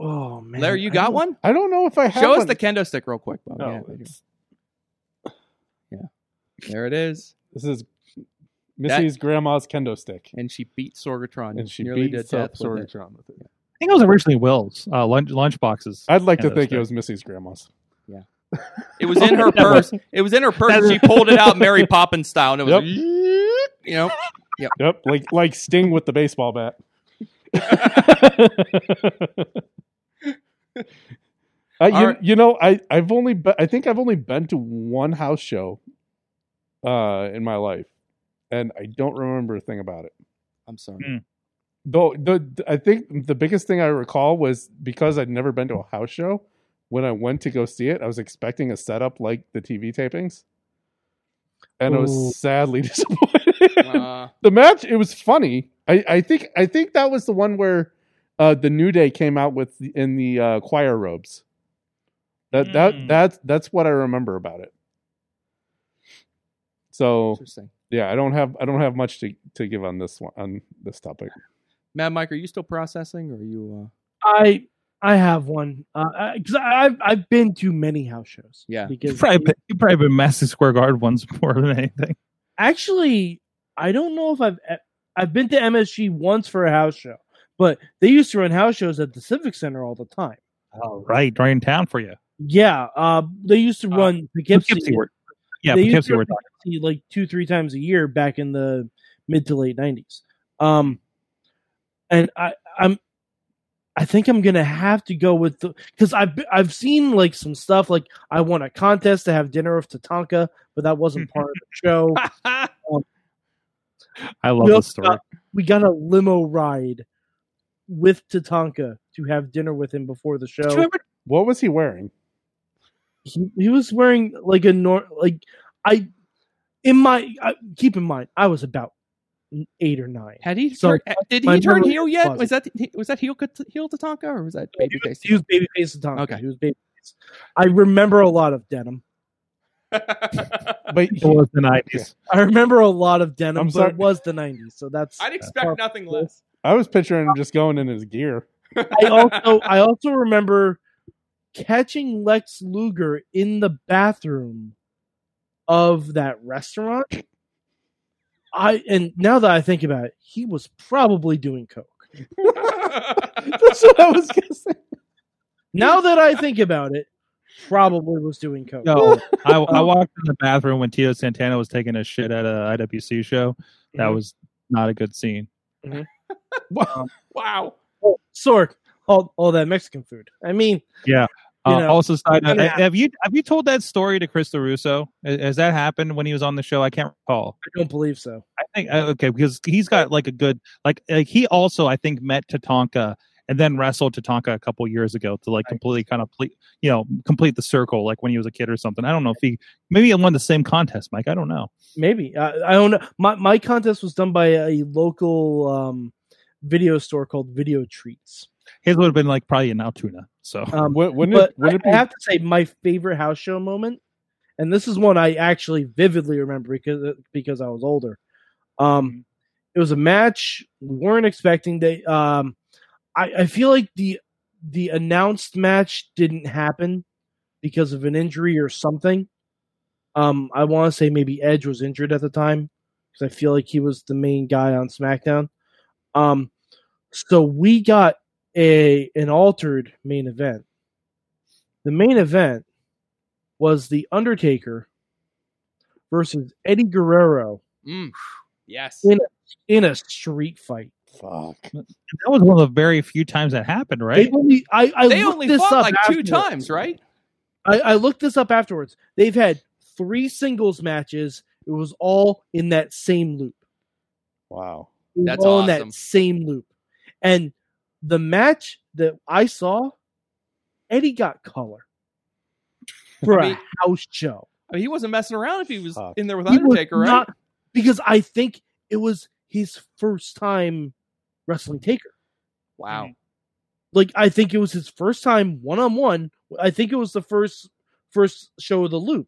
Oh man,
Larry, you
I
got
don't-
one?
I don't know if I have
Show us
one. Oh,
the Oh, kendo stick real quick, Bob.
Oh,
No,
Yeah, there you
it's-
go. there it is.
this is Missy's grandma's kendo stick,
And she beat Sorgatron.
and she
nearly
beats
did
up
death with it.
Sorgatron with it.
I think it was originally Will's uh, lunch lunchboxes.
I'd like to
Kendo
think
stick.
it was Missy's grandma's.
It was in her purse. It was in her purse. and She pulled it out Mary Poppins style, and it was,
Yep.
you know,
Yep, like like Sting with the baseball bat. Uh, you,
right.
you know, I I've only be, I think I've only been to one house show, uh, in my life, and I don't remember a thing about it.
I'm
Mm.
sorry.
Though the I think the biggest thing I recall was because I'd never been to a house show. When I went to go see it, I was expecting a setup like the TV tapings, and I
Ooh.
was sadly disappointed.
Mm.
Uh,
the match it was funny i i think i think that was the one where uh the new day came out with the, in the uh choir robes that that
Mm.
that's that's what i remember about it so
interesting.
yeah i don't have i don't have much to to give on this one on this topic
Mad Mike, are you still processing, or are you? Uh,
I I have one because I I've, I've been to many house shows.
Yeah.
You've
because
probably been, you've probably been Madison Square Garden ones more than anything.
actually, I don't know if I've I've been to MSG once for a house show, but they used to run house shows at the Civic Center all the time.
Oh, right, during town for you.
Yeah, uh, they used to
Uh,
run Poughkeepsie,
Poughkeepsie were- yeah,
They used
Poughkeepsie
to
we're
run Poughkeepsie, like two three times a year back in the mid to late nineties. Um, and I I'm I think I'm gonna have to go with the because I've be- I've seen like some stuff like I won a contest to have dinner with Tatanka, but that wasn't part of the show.
uh,
talking. I love
Milk
this story.
Stout. uh, we got a limo ride with Tatanka to have dinner with him before the
Do you
show.
remember-
what was he wearing
He, he was wearing like a nor like I in my I, keep in mind I was about eight or nine.
had he?
So,
turned, did
my
he turn
memory
heel yet?
was-
Was that was that heel heel Tatanka, or was that
He was,
babyface?
he was babyface Tatanka.
Okay.
he was babyface. I remember a lot of denim.
but
It was the 90s.
I remember a lot of denim,
I'm
but
sorry.
it was the '90s, so that's.
I'd expect
Uh,
nothing less.
i was picturing him just going in his gear
I also I also remember catching Lex Luger in the bathroom of that restaurant. I and now that I think about it, he was probably doing coke.
that's what i was guessing
Now that I think about it, probably was doing coke.
No, I, I walked in the bathroom when Tito Santana was taking a shit at a IWC show. That
Mhm.
was not a good scene.
wow.
Oh, Sork, all all that Mexican food. I mean, You
Uh,
know,
also, side note,
gonna
have, you have you told that story to Chris LaRusso? Has, has that happened when he was on the show? I can't recall.
I don't believe so.
I think uh, okay because he's got like a good like like he also I think met Tatanka and then wrestled Tatanka a couple years ago to like completely kind of ple- you know complete the circle like when he was a kid or something. I don't know if he maybe he won the same contest, Mike. I don't know.
Maybe I, I don't know. My my contest was done by a local um, video store called Video Treats.
His would have been like probably an Altoona. So
Um,
Wou- Wouldn't
but
it? Wouldn't it
I,
be?
I have to say my favorite house show moment, and this is one I actually vividly remember because uh, because I was older. Um,
Mm-hmm.
it was a match we weren't expecting. They, um, I, I feel like the the announced match didn't happen because of an injury or something. Um, I want to say maybe Edge was injured at the time because I feel like he was the main guy on SmackDown. Um, so we got a an altered main event the main event was the Undertaker versus Eddie Guerrero
Mm. Yes.
in a street fight.
Fuck.
that was one of the very few times that happened, right?
They only I, I
They
looked
only
this
fought
up
like two
afterwards.
times, right?
I, I looked this up afterwards. They've had three singles matches. It was all in that same loop.
Wow.
It was
That's
all in
awesome.
that same loop. And the match that I saw, Eddie got color for
I
a
mean-
house show.
I mean, he wasn't messing around if he was
Fuck.
in there with
He was
Undertaker, right?
not- because I think it was his first time wrestling Taker.
wow.
Like I think it was his first time one on one. I think it was the first first show of the loop,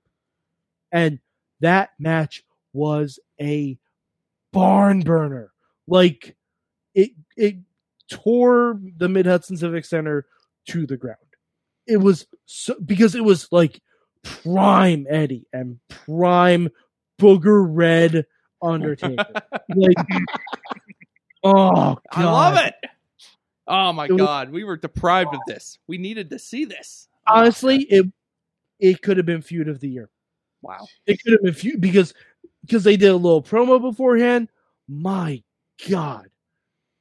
and that match was a barn burner. Like it it tore the Mid Hudson Civic Center to the ground. It was so because it was like prime Eddie and prime Booger Red Undertaker. like oh,
I love
God.
it. Oh my
It was-
god, we were deprived of this. We needed to see this.
honestly, it it could have been feud of the year.
Wow.
It could have been feud because because they did a little promo beforehand. My God,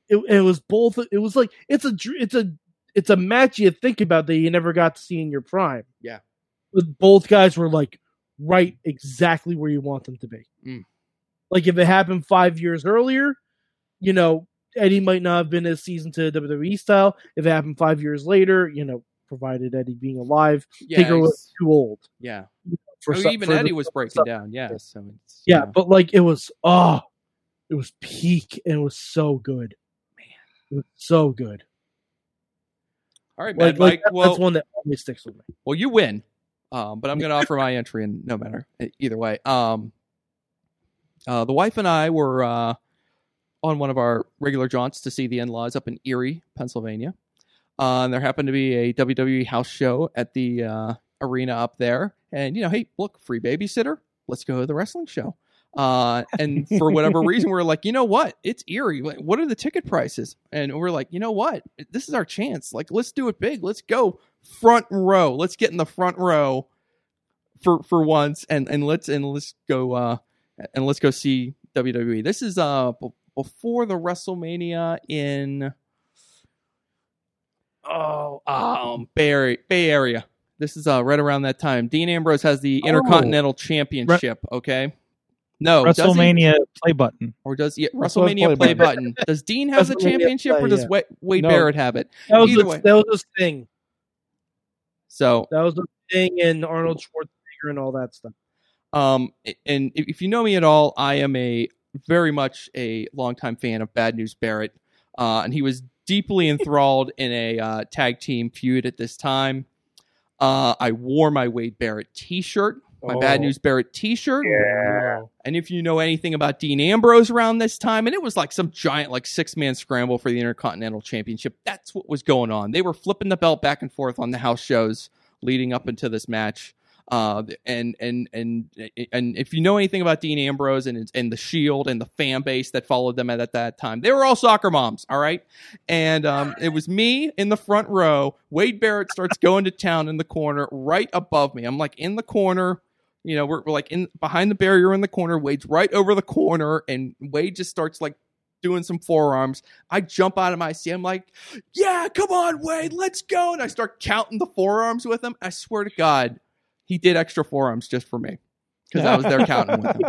it, it was both. It was like it's a dr- it's a it's a match you think about that you never got to see in your prime.
Yeah.
but both guys were like right exactly where you want them to be.
Mm.
Like if it happened five years earlier, you know Eddie might not have been as seasoned to WWE style. If it happened five years later, you know, provided Eddie being alive,
Yeah.
Taker was
he's-
too old.
yeah.
For
I mean,
some-
even
for the-
Eddie was breaking
stuff.
down. Yeah. So it's,
yeah, but like it was oh, it was peak and it was so good, man, it was so good.
All right,
Like,
Mad
like
Mike.
that-
well,
that's one that always sticks with me.
well, you win. Um, but I'm going to offer my entry, and no matter e- either way. Um, uh, the wife and I were uh, on one of our regular jaunts to see the in-laws up in Erie, Pennsylvania. Uh, and there happened to be a WWE house show at the uh, arena up there. And you know, hey, look, free babysitter. Let's go to the wrestling show. Uh, and for whatever reason, we were like, you know what? It's Erie. Like, What are the ticket prices? And we we're like, you know what? This is our chance. Like, let's do it big. Let's go front row. Let's get in the front row for for once, and and let's and let's go uh and let's go see WWE. This is uh b- before the WrestleMania in oh um Bay Bay Area. This is uh right around that time. Dean Ambrose has the Intercontinental Championship. Okay, no does he?
WrestleMania play button.
or does yeah,
That's what play
WrestleMania play button? Does Dean have the
WrestleMania
championship, or
play,
does
yeah.
Wade, Wade
No.
Barrett have it?
That was
Either
the,
way.
that was the thing.
So
That was the thing, and Arnold Schwarzenegger and all that stuff.
Um, and if if you know me at all, I am a very much a longtime fan of Bad News Barrett, uh, and he was deeply enthralled in a uh, tag team feud at this time. Uh, I wore my Wade Barrett T-shirt, my Bad News Barrett T-shirt, and if you know anything about Dean Ambrose around this time, and it was like some giant, like six man scramble for the Intercontinental Championship. That's what was going on. They were flipping the belt back and forth on the house shows leading up into this match. Uh, and and and and if you know anything about Dean Ambrose and and the Shield and the fan base that followed them at, at that time, they were all soccer moms. All right, and um, it was me in the front row. Wade Barrett starts going to town in the corner, right above me. I'm like in the corner, you know, we're, we're like in behind the barrier in the corner. Wade's right over the corner, and Wade just starts like doing some forearms. I jump out of my seat. I'm like, "Yeah, come on, Wade, let's go!" And I start counting the forearms with him. I swear to God, he did extra forearms just for me because I was there counting with him.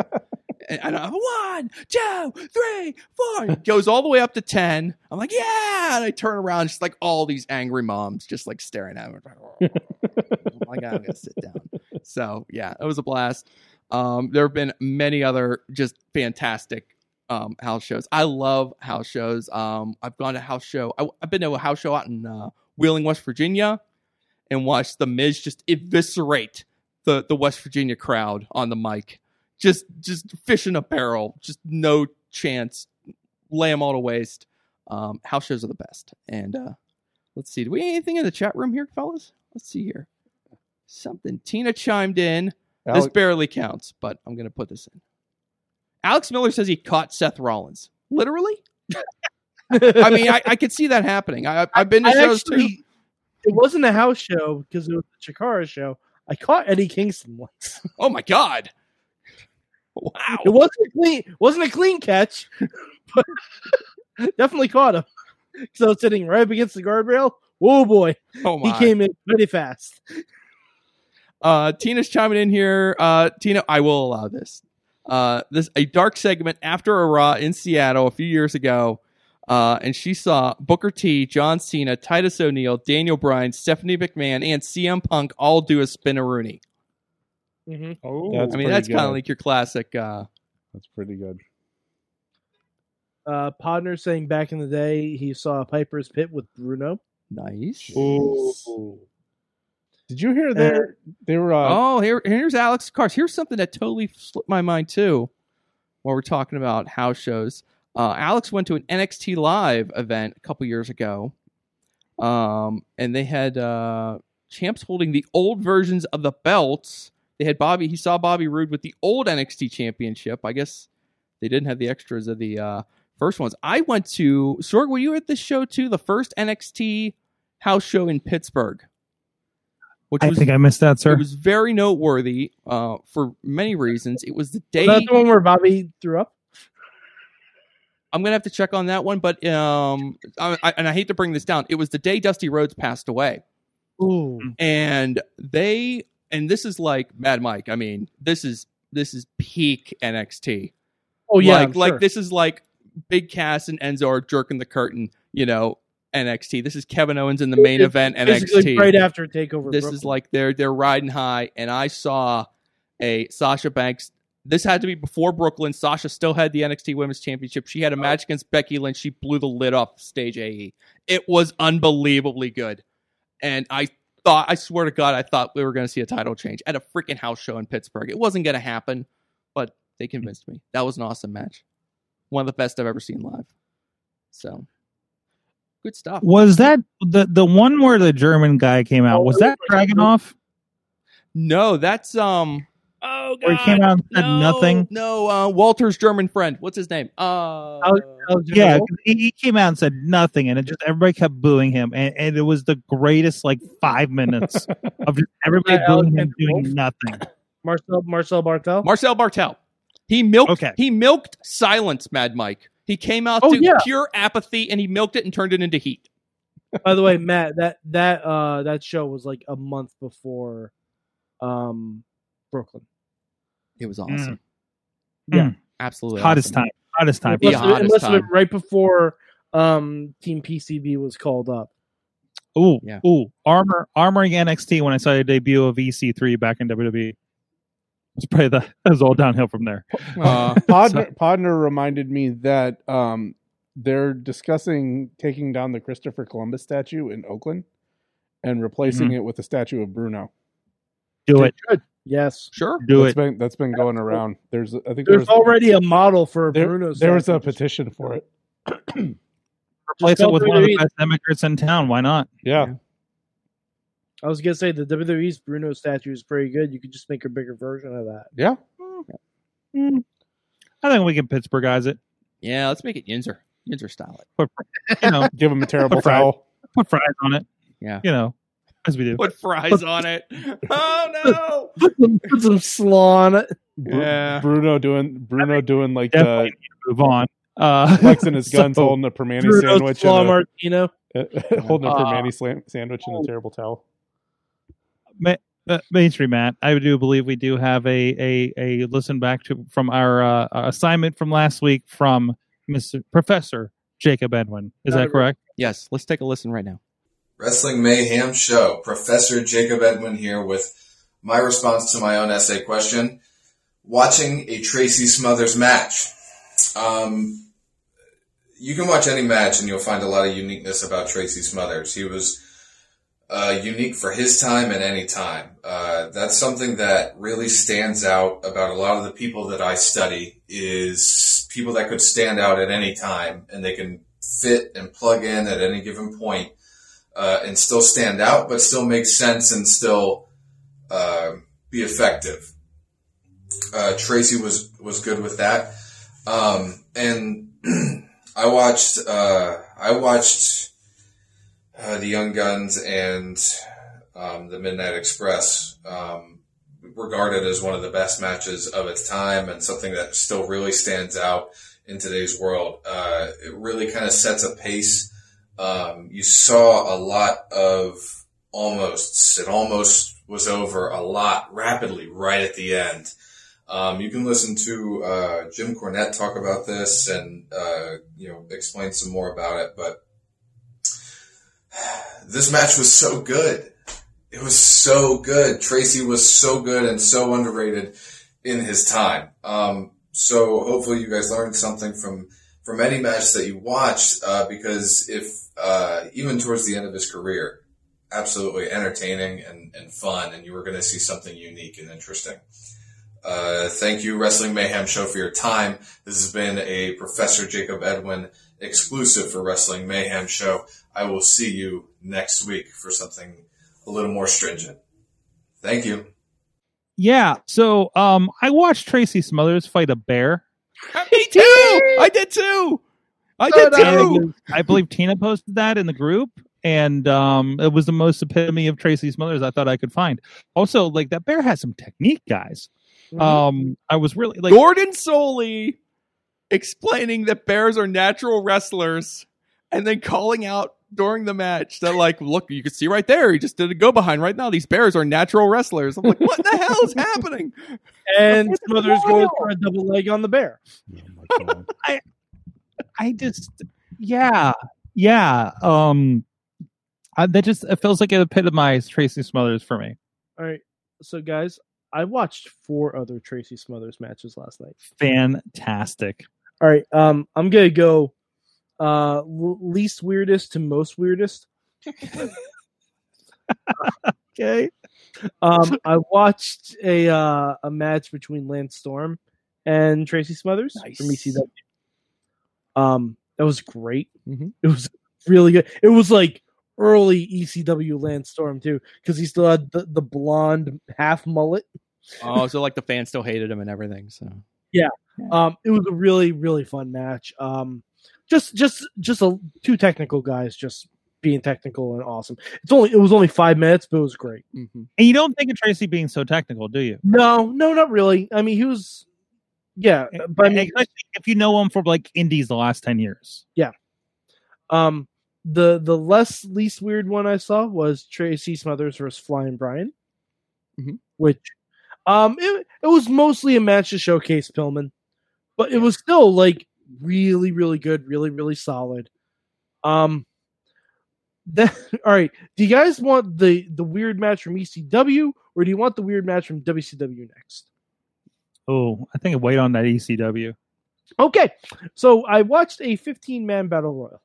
and, and I'm one, two, three, four. It goes all the way up to ten. I'm like, yeah, and I turn around, just like all these angry moms, just like staring at me. I'm like, I'm gonna sit down. So yeah, it was a blast. Um, there have been many other just fantastic um house shows. I love house shows. Um, I've gone to house show. I, have been to a house show out in uh, Wheeling, West Virginia, and watched the Miz just eviscerate the the West Virginia crowd on the mic. Just just fish in a barrel. Just no chance. Lay them all to waste. Um, house shows are the best. And uh, let's see. Do we have anything in the chat room here, fellas? Let's see here. Something. Tina chimed in. This
Alex,
barely counts, but I'm going to put this in. Alex Miller says he caught Seth Rollins. Literally? I mean, I, I could see that happening. I, I've been to
I
shows
actually,
too.
it wasn't a house show because it was a Chikara show. I caught Eddie Kingston once.
Oh my god!
It
Wow.
wasn't a clean, wasn't a clean catch, but definitely caught him because I was sitting right up against the guardrail. Whoa, boy,
Oh
he
my.
came in pretty fast.
Uh, Tina's chiming in here. Uh, Tina, I will allow this. Uh, this a dark segment after a Raw in Seattle a few years ago, uh, and she saw Booker T, John Cena, Titus O'Neil, Daniel Bryan, Stephanie McMahon, and CM Punk all do a spinaroonie. Mm-hmm.
Oh,
That's-
I mean,
pretty
that's kind of
good.
like your classic. Uh,
that's pretty good.
Uh, Podner saying back in the day he saw Piper's Pit with Bruno.
nice.
Did you
Uh,
hear they they were uh,
Oh, here, here's Alex Cars. Here's something that totally slipped my mind too. While we're talking about house shows, uh, Alex went to an NXT Live event a couple years ago, um, and they had uh, champs holding the old versions of the belts. They had Bobby. He saw Bobby Roode with the old NXT Championship. I guess they didn't have the extras of the uh, first ones. I went to Sorg. Were you at this show too? The first NXT house show in Pittsburgh, which
I
was
think I missed that, sir.
it was very noteworthy uh, for many reasons. It was the day
Is that the one where Bobby threw up?
I'm gonna have to check on that one, but um, I, I, and I hate to bring this down. It was the day Dusty Rhodes passed away,
Ooh,
and they and this is like Mad Mike. I mean, this is this is peak NXT.
oh yeah,
like
I'm
like
sure.
this is like Big Cass and Enzo are jerking the curtain. You know, NXT. This is Kevin Owens in the main
It's
event.
Basically
NXT
right after Takeover.
this
Brooklyn.
is like they're they're riding high and i saw a sasha banks this had to be before brooklyn sasha still had the nxt women's championship she had a match against becky lynch she blew the lid off stage ae it was unbelievably good and i thought i swear to god i thought we were going to see a title change at a freaking house show in pittsburgh it wasn't going to happen but they convinced me that was an awesome match one of the best i've ever seen live so good stuff
Was that the the one where the German guy came
Oh,
out? Was that Dragonoff?
no that's um oh
Where he came out and said nothing?
No, uh, Walter's German friend. What's his name? Uh,
Oh. Alex
Yeah,
Jones.
he, he came out and said nothing, and it just everybody kept booing him, and, and it was the greatest like five minutes of just everybody
Yeah,
booing him
Alexander
doing
Wolf.
nothing.
Marcel Marcel Bartel.
Marcel Bartel. He milked.
Okay.
He milked silence, Mad Mike. He came out
Oh,
to
yeah.
pure apathy, and he milked it and turned it into heat.
By the way, Matt, that that uh that show was like a month before um Brooklyn.
It was
awesome.
Yeah.
absolutely
Mm. Hottest time, hottest time.
Yeah.
it must, have,
hottest
it must have been
time.
right before um Team PCB was called up.
Ooh,
Yeah.
ooh, armor, armoring NXT when I saw the debut of EC3 back in WWE. It's probably the it was all downhill from there.
Uh,
Podner, Podner reminded me that um, they're discussing taking down the Christopher Columbus statue in Oakland and replacing
Mm-hmm.
it with a statue of Bruno.
Do it,
Yes.
sure.
do
That's
it.
been that's been going around. There's I think there
There's
was,
already a model for
there,
Bruno's.
there was a petition for it.
Replace it with one of the
WWE.
best immigrants in town. Why not?
Yeah,
I was gonna say the WWE's Bruno statue is pretty good. You could just make a bigger version of that.
yeah.
I think we can Pittsburghize it.
Yeah, let's make it Yinzer. Yinzer style. It.
Put, you know,
Give him a terrible
Fried.
towel.
put fries on it.
Yeah.
you know, as we do.
Put fries on it. Oh
Put some, put some slaw on it.
Bru-
Yeah.
Bruno doing Bruno doing like
Definitely
the
need to move on. Uh,
flexing his guns,
So-
holding a permane
Bruno's
sandwich,
slaw
and a,
martino.
holding a
Uh,
oh.
permane slam- sandwich and a terrible towel.
ma- Uh, mainstream Matt, I do believe we do have a a a listen back to from our uh, uh, assignment from last week from Mr. Professor Jacob Edwin. Is that correct?
Yes, let's take a listen right now.
Wrestling Mayhem Show. Professor Jacob Edwin here with my response to my own essay question. Watching a Tracy Smothers match. Um, you can watch any match and you'll find a lot of uniqueness about Tracy Smothers. He was uh, unique for his time and any time. Uh, that's something that really stands out about a lot of the people that I study is people that could stand out at any time and they can fit and plug in at any given point uh, and still stand out, but still make sense and still uh, be effective. Uh, Tracy was was good with that, um, and I watched uh, I watched uh, the Young Guns and um, the Midnight Express. Um, regarded as one of the best matches of its time and something that still really stands out in today's world. Uh, it really kind of sets a pace um, you saw a lot of almosts. It almost was over a lot rapidly right at the end. Um, you can listen to uh, Jim Cornette talk about this and uh, you know explain some more about it. But this match was so good. It was so good. Tracy was so good and so underrated in his time. Um, so hopefully you guys learned something from from any match that you watched, uh, because if uh, even towards the end of his career, absolutely entertaining and, and fun, and you were going to see something unique and interesting. Uh, thank you, Wrestling Mayhem Show, for your time. This has been a Professor Jacob Edwin exclusive for Wrestling Mayhem Show. I will see you next week for something a little more stringent. Thank you.
Yeah. So um, I watched Tracy Smothers fight a bear.
Me too. I did too. I did too.
And I believe Tina posted that in the group, and um, it was the most epitome of Tracy Smothers I thought I could find. Also, like that bear has some technique, guys.
Mm-hmm.
Um, I was really like,
Gordon Soley explaining that bears are natural wrestlers, and then calling out during the match that like, look, you can see right there, he just did a go behind right now. These bears are natural wrestlers. I'm like, what the hell is happening?
And Smothers goes for a double leg on the bear.
I just, yeah, yeah. Um, I, that just it feels like it epitomized Tracy Smothers for me.
All right. So, guys, I watched four other Tracy Smothers matches last night.
Fantastic.
All right. Um, I'm gonna go uh l- least weirdest to most weirdest.
Okay.
Um, I watched a uh, a match between Lance Storm and Tracy Smothers from ECW. Um, that was great.
Mhm.
It was really good. It was like early ECW Lance Storm too, because he still had the, the blonde half mullet.
Oh, so like the fans still hated him and everything. So
Um, it was a really really fun match. Um, just just just a, two technical guys just being technical and awesome. It's only it was only five minutes, but it was great.
And you don't think of Tracy being so technical, do you?
No, no, not really. I mean, he was, yeah, but I mean,
Especially if you know him for like indies the last ten years.
um, the the less least weird one I saw was Tracy Smothers versus Flying Brian,
Mhm.
which, um, it it was mostly a match to showcase Pillman, but it was still like really, really good, really, really solid. Um, that all right? Do you guys want the the weird match from ECW or do you want the weird match from WCW next?
Oh, I think I wait on that ECW.
Okay, so I watched a 15 man battle royal.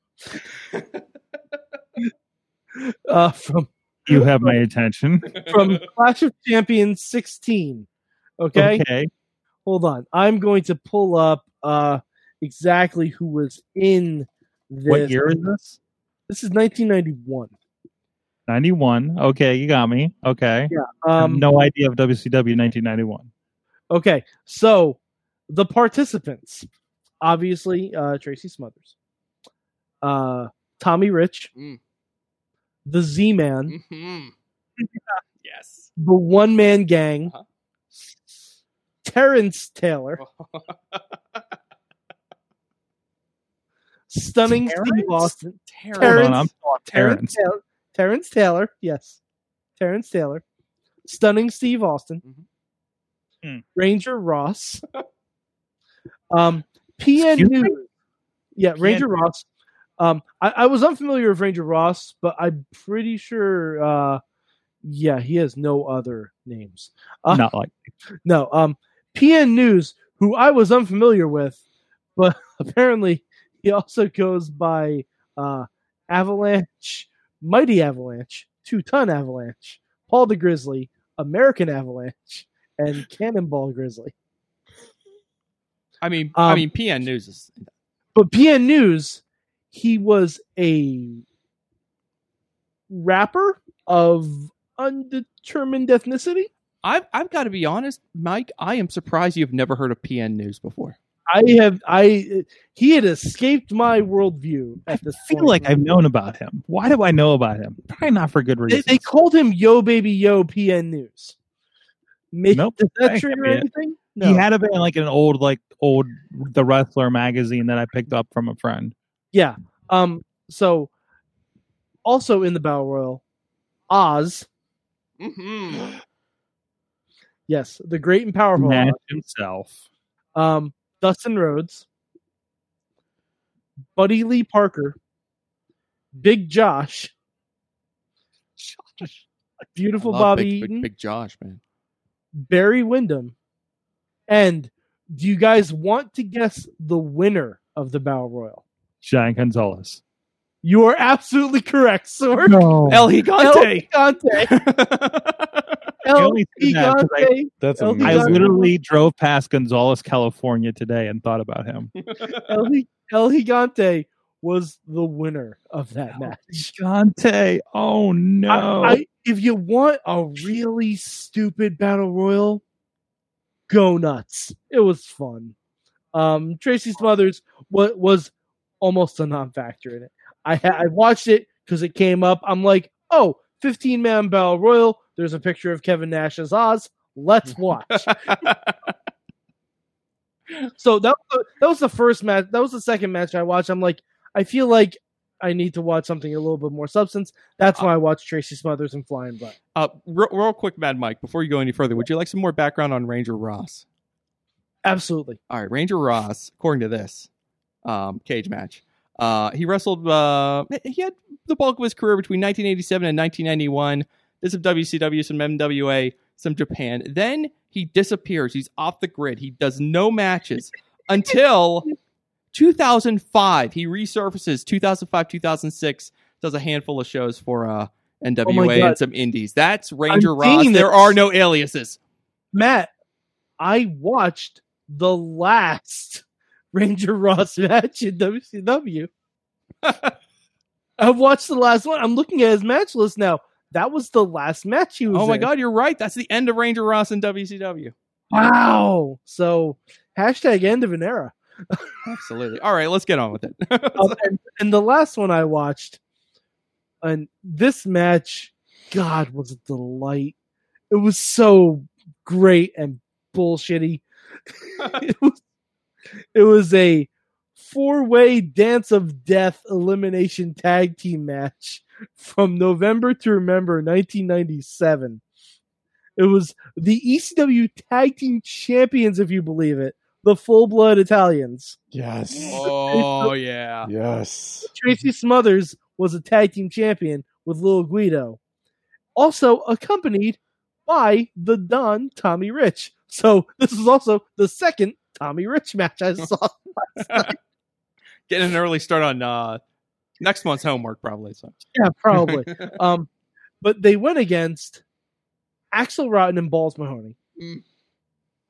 uh, from
You have my attention.
from Clash of Champions 16. Okay?
Okay.
hold on. I'm going to pull up uh exactly who was in this.
What year is this?
This is 1991.
Ninety one. Okay, you got me. Okay.
Um,
Um, no idea of WCW nineteen ninety one.
Okay, so the participants, obviously uh, Tracy Smothers, uh, Tommy Rich,
Mm.
the Z
Mm.
Man.
Mhm. yes.
the one man gang,
Uh-huh.
Terrence Taylor, stunning Steve
Terrence?
Austin,
Terrible.
Hold
Terrence-
on, I'm
Terrence
Terrence.
Taylor, Terrence Taylor, yes, Terrence Taylor, stunning Steve Austin,
Hmm.
Ranger Ross, um, PN
Excuse me?
News. Yeah, Ranger Ross. Um, I, I was unfamiliar with Ranger Ross, but I'm pretty sure. Uh, yeah, he has no other names. Uh,
Not like
No, um, PN News, who I was unfamiliar with, but apparently he also goes by uh, Avalanche, Mighty Avalanche, Two Ton Avalanche, Paul the Grizzly, American Avalanche, and Cannonball Grizzly.
I mean, I
Um,
mean, PN News is
But PN News, he was a rapper of undetermined ethnicity.
I've I've got to be honest, Mike. I am surprised you've never heard of PN News before.
I have I he had escaped my worldview
I
at this
feel
point.
like I've known about him. Why do I know about him? Probably not for good
They,
reasons.
they called him Yo Baby Yo PN News. Maybe,
Nope,
Does
that
that
can't
trigger
be it.
anything? No.
He had a band like an old like old the wrestler magazine that I picked up from a friend.
yeah. Um. So, also in the battle royal, Oz.
Mm-hmm.
Yes, the great and powerful.
Nash
Oz,
himself.
um. Dustin Rhodes. Buddy Lee Parker. Big Josh. Beautiful Bobby
big,
Eaton.
big, big Josh, man.
Barry Windham. And do you guys want to guess the winner of the battle royal?
Giant Gonzalez.
You are absolutely correct, Sorg.
No.
El Gigante.
El Gigante.
I
El
only said that 'cause I-
Gigante.
That's
I
I
amazing.
literally drove past Gonzalez, California today and thought about him.
El Gi- El Gigante was the winner of that match.
Gigante. Oh no.
I, I, if you want a really stupid battle royal, go nuts. It was fun. Um, Tracy Smothers was, was almost a non-factor in it. I ha- I watched it because it came up. I'm like, oh, 15 man battle royal. There's a picture of Kevin Nash as Oz. Let's watch. so that was- that was the first match. That was the second match I watched. I'm like, I feel like I need to watch something a little bit more substance. That's why I watched Tracy Smothers and Flying Butt.
Uh, real, real quick, Mad Mike, before you go any further, would you like some more background on Ranger Ross?
Absolutely.
All right, Ranger Ross, according to this um, cage match, uh, he wrestled. Uh, he had the bulk of his career between 1987 and 1991. Did some WCW, some MWA, some Japan. Then he disappears. He's off the grid. He does no matches until 2005. He resurfaces 2005, 2006. Does a handful of shows for uh, NWA
Oh God.
and some indies. That's Ranger Ross.
seeing
There
this.
are no aliases.
Matt, I watched the last Ranger Ross match in WCW. I've watched the last one. I'm looking at his match list now. That was the last match he was
Oh my
in.
God, you're right. That's the end of Ranger Ross in WCW.
Wow. So, hashtag end of an era.
Absolutely. All right, let's get on with it.
Um, and, and the last one I watched, and this match, God, was a delight. It was so great and bullshitty. it, was, it was a four way dance of death elimination tag team match from November to Remember 1997. It was the ECW Tag Team Champions, if you believe it, the full blood Italians.
Yes.
oh yeah.
Yes.
Tracy Smothers was a tag team champion with Lil Guido, also accompanied by the Don Tommy Rich. So this is also the second Tommy Rich match I saw.
Getting an early start on uh next month's homework probably. So.
yeah, probably. Um, but they went against Axel Rotten and Balls Mahoney.
Mm.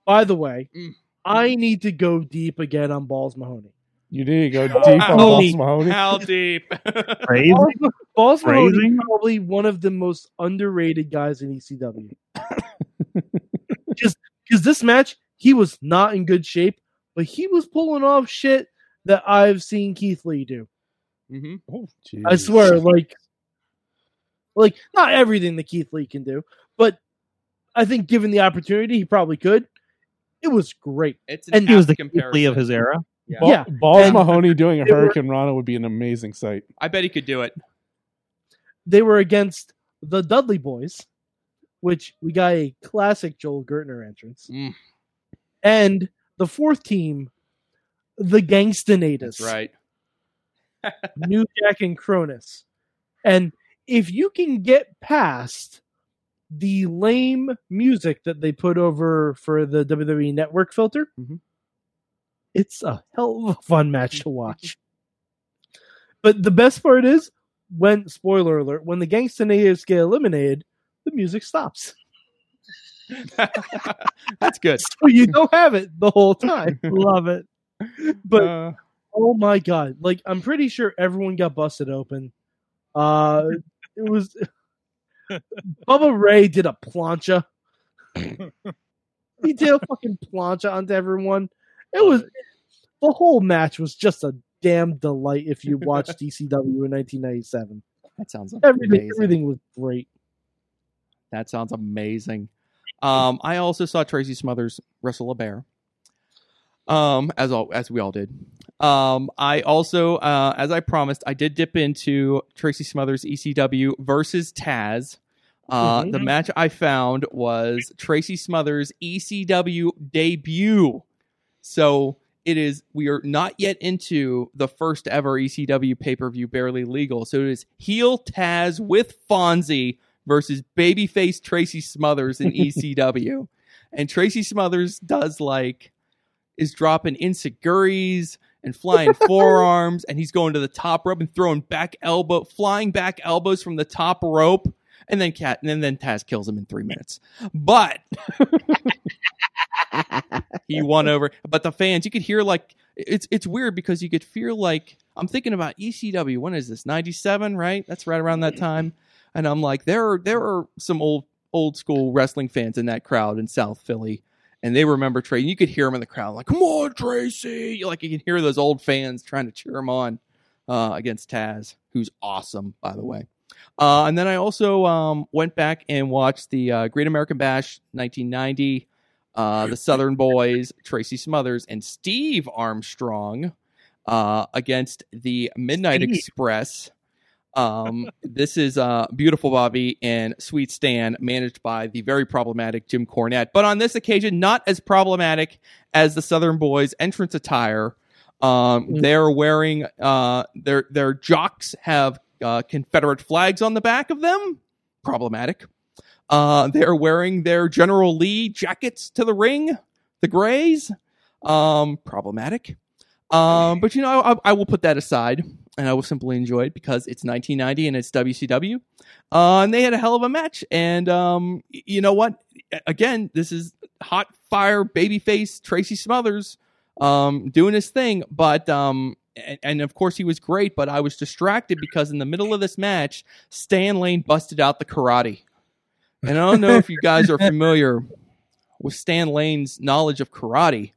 By the way,
Mm.
I need to go deep again on Balls Mahoney.
You need to go deep on
Mahoney.
Boss Mahoney.
How deep?
Crazy.
Balls, Balls Mahoney
Crazy.
is probably one of the most underrated guys in ECW. Just because this match, he was not in good shape, but he was pulling off shit that I've seen Keith Lee do.
hmm
Oh,
I
jeez.
swear, like, like not everything that Keith Lee can do, but I think given the opportunity, he probably could. It was great.
It's an
And
apt
he was the
comparison.
complete of his era.
Yeah.
Ba-
yeah.
Balls
And-
Mahoney doing a
They were-
Hurricane Rana would be an amazing sight.
I bet he could do it.
They were against the Dudley Boys, which we got a classic Joel Gertner entrance.
Mm.
And the fourth team, the Gangstanatus.
That's right.
New Jack and Cronus. And if you can get past the lame music that they put over for the WWE network filter,
Mm-hmm.
Mhm.
it's a hell of a fun match to watch. but the best part is when spoiler alert, when the gangsta natives get eliminated, the music stops.
That's good.
So you don't have it the whole time.
Love it.
But
Uh,
Oh my god! Like I'm pretty sure everyone got busted open. Uh, it was Bubba Ray did a plancha. he did a fucking plancha onto everyone. It was the whole match was just a damn delight. If you watched DCW in 1997,
That sounds
everything
amazing.
everything was great.
That sounds amazing. Um, I also saw Tracy Smothers wrestle a bear. Um, as all as we all did. Um, I also, uh, as I promised, I did dip into Tracy Smothers ECW versus Taz. Uh, The match I found was Tracy Smothers ECW debut. So it is. We are not yet into the first ever E ECW pay per view, barely legal. So it is heel Taz with Fonzie versus babyface Tracy Smothers in E ECW. and Tracy Smothers does like is dropping insiguris and flying forearms, and he's going to the top rope and throwing back elbow, flying back elbows from the top rope, and then cat, and then Taz kills him in three minutes. But he won over. But the fans, you could hear like it's it's weird because you could feel like I'm thinking about ECW. When is this? Ninety seven, right? That's right around that time. And I'm like, there are there are some old old school wrestling fans in that crowd in South Philly. And they remember Tracy. You could hear him in the crowd, like, come on, Tracy. You- Like you can hear those old fans trying to cheer him on uh, against Taz, who's awesome, by the way. Uh, and then I also um, went back and watched the uh, Great American Bash 1990 uh, the Southern Boys, Tracy Smothers, and Steve Armstrong uh, against the Midnight
Steve.
Express. Um, this is uh, Beautiful Bobby and Sweet Stan, managed by the very problematic Jim Cornette, but on this occasion, not as problematic as the Southern Boys' entrance attire. Um,
Mm.
They're wearing uh, their their jocks have uh, Confederate flags on the back of them. Problematic. Uh, they're wearing their General Lee jackets to the ring, the grays. Um, problematic. Um, but you know, I, I will put that aside and I will simply enjoy it because it's 1990 and it's WCW. Uh, and they had a hell of a match. And um, y- you know what? Again, this is hot fire babyface Tracy Smothers um, doing his thing. But um, and, and of course he was great. But I was distracted because in the middle of this match, Stan Lane busted out the karate. And I don't know if you guys are familiar with Stan Lane's knowledge of karate.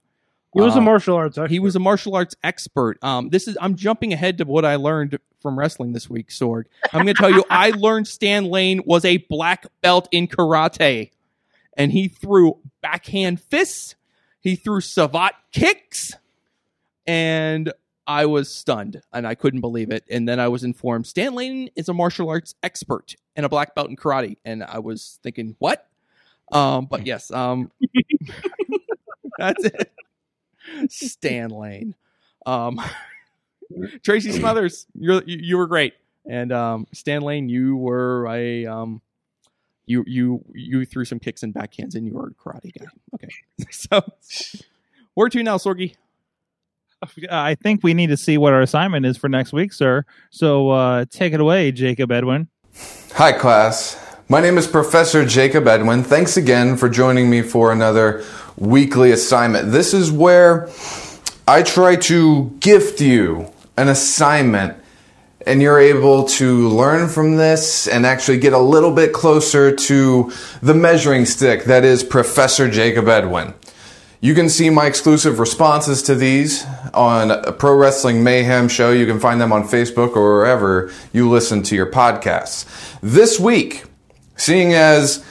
He was
Uh,
a martial arts.
he was a martial arts expert. Um, this is I'm jumping ahead to what I learned from wrestling this week, Sword. I'm going to tell you I learned Stan Lane was a black belt in karate, and he threw backhand fists, he threw savat kicks, and I was stunned and I couldn't believe it. And then I was informed Stan Lane is a martial arts expert and a black belt in karate, and I was thinking what? Um, but yes, um, that's it. Stan Lane. Um, Tracy Smothers, you're, you you were great, and um, Stan Lane, you were a um, you you you threw some kicks and backhands, and you were a karate guy. Okay, so where to now, Sorgi?
Uh, I think we need to see what our assignment is for next week, sir. So uh, take it away, Jacob Edwin.
Hi, class. My name is Professor Jacob Edwin. Thanks again for joining me for another weekly assignment. This is where I try to gift you an assignment, and you're able to learn from this and actually get a little bit closer to the measuring stick that is Professor Jacob Edwin. You can see my exclusive responses to these on Pro Wrestling Mayhem Show. You can find them on Facebook or wherever you listen to your podcasts. This week, seeing as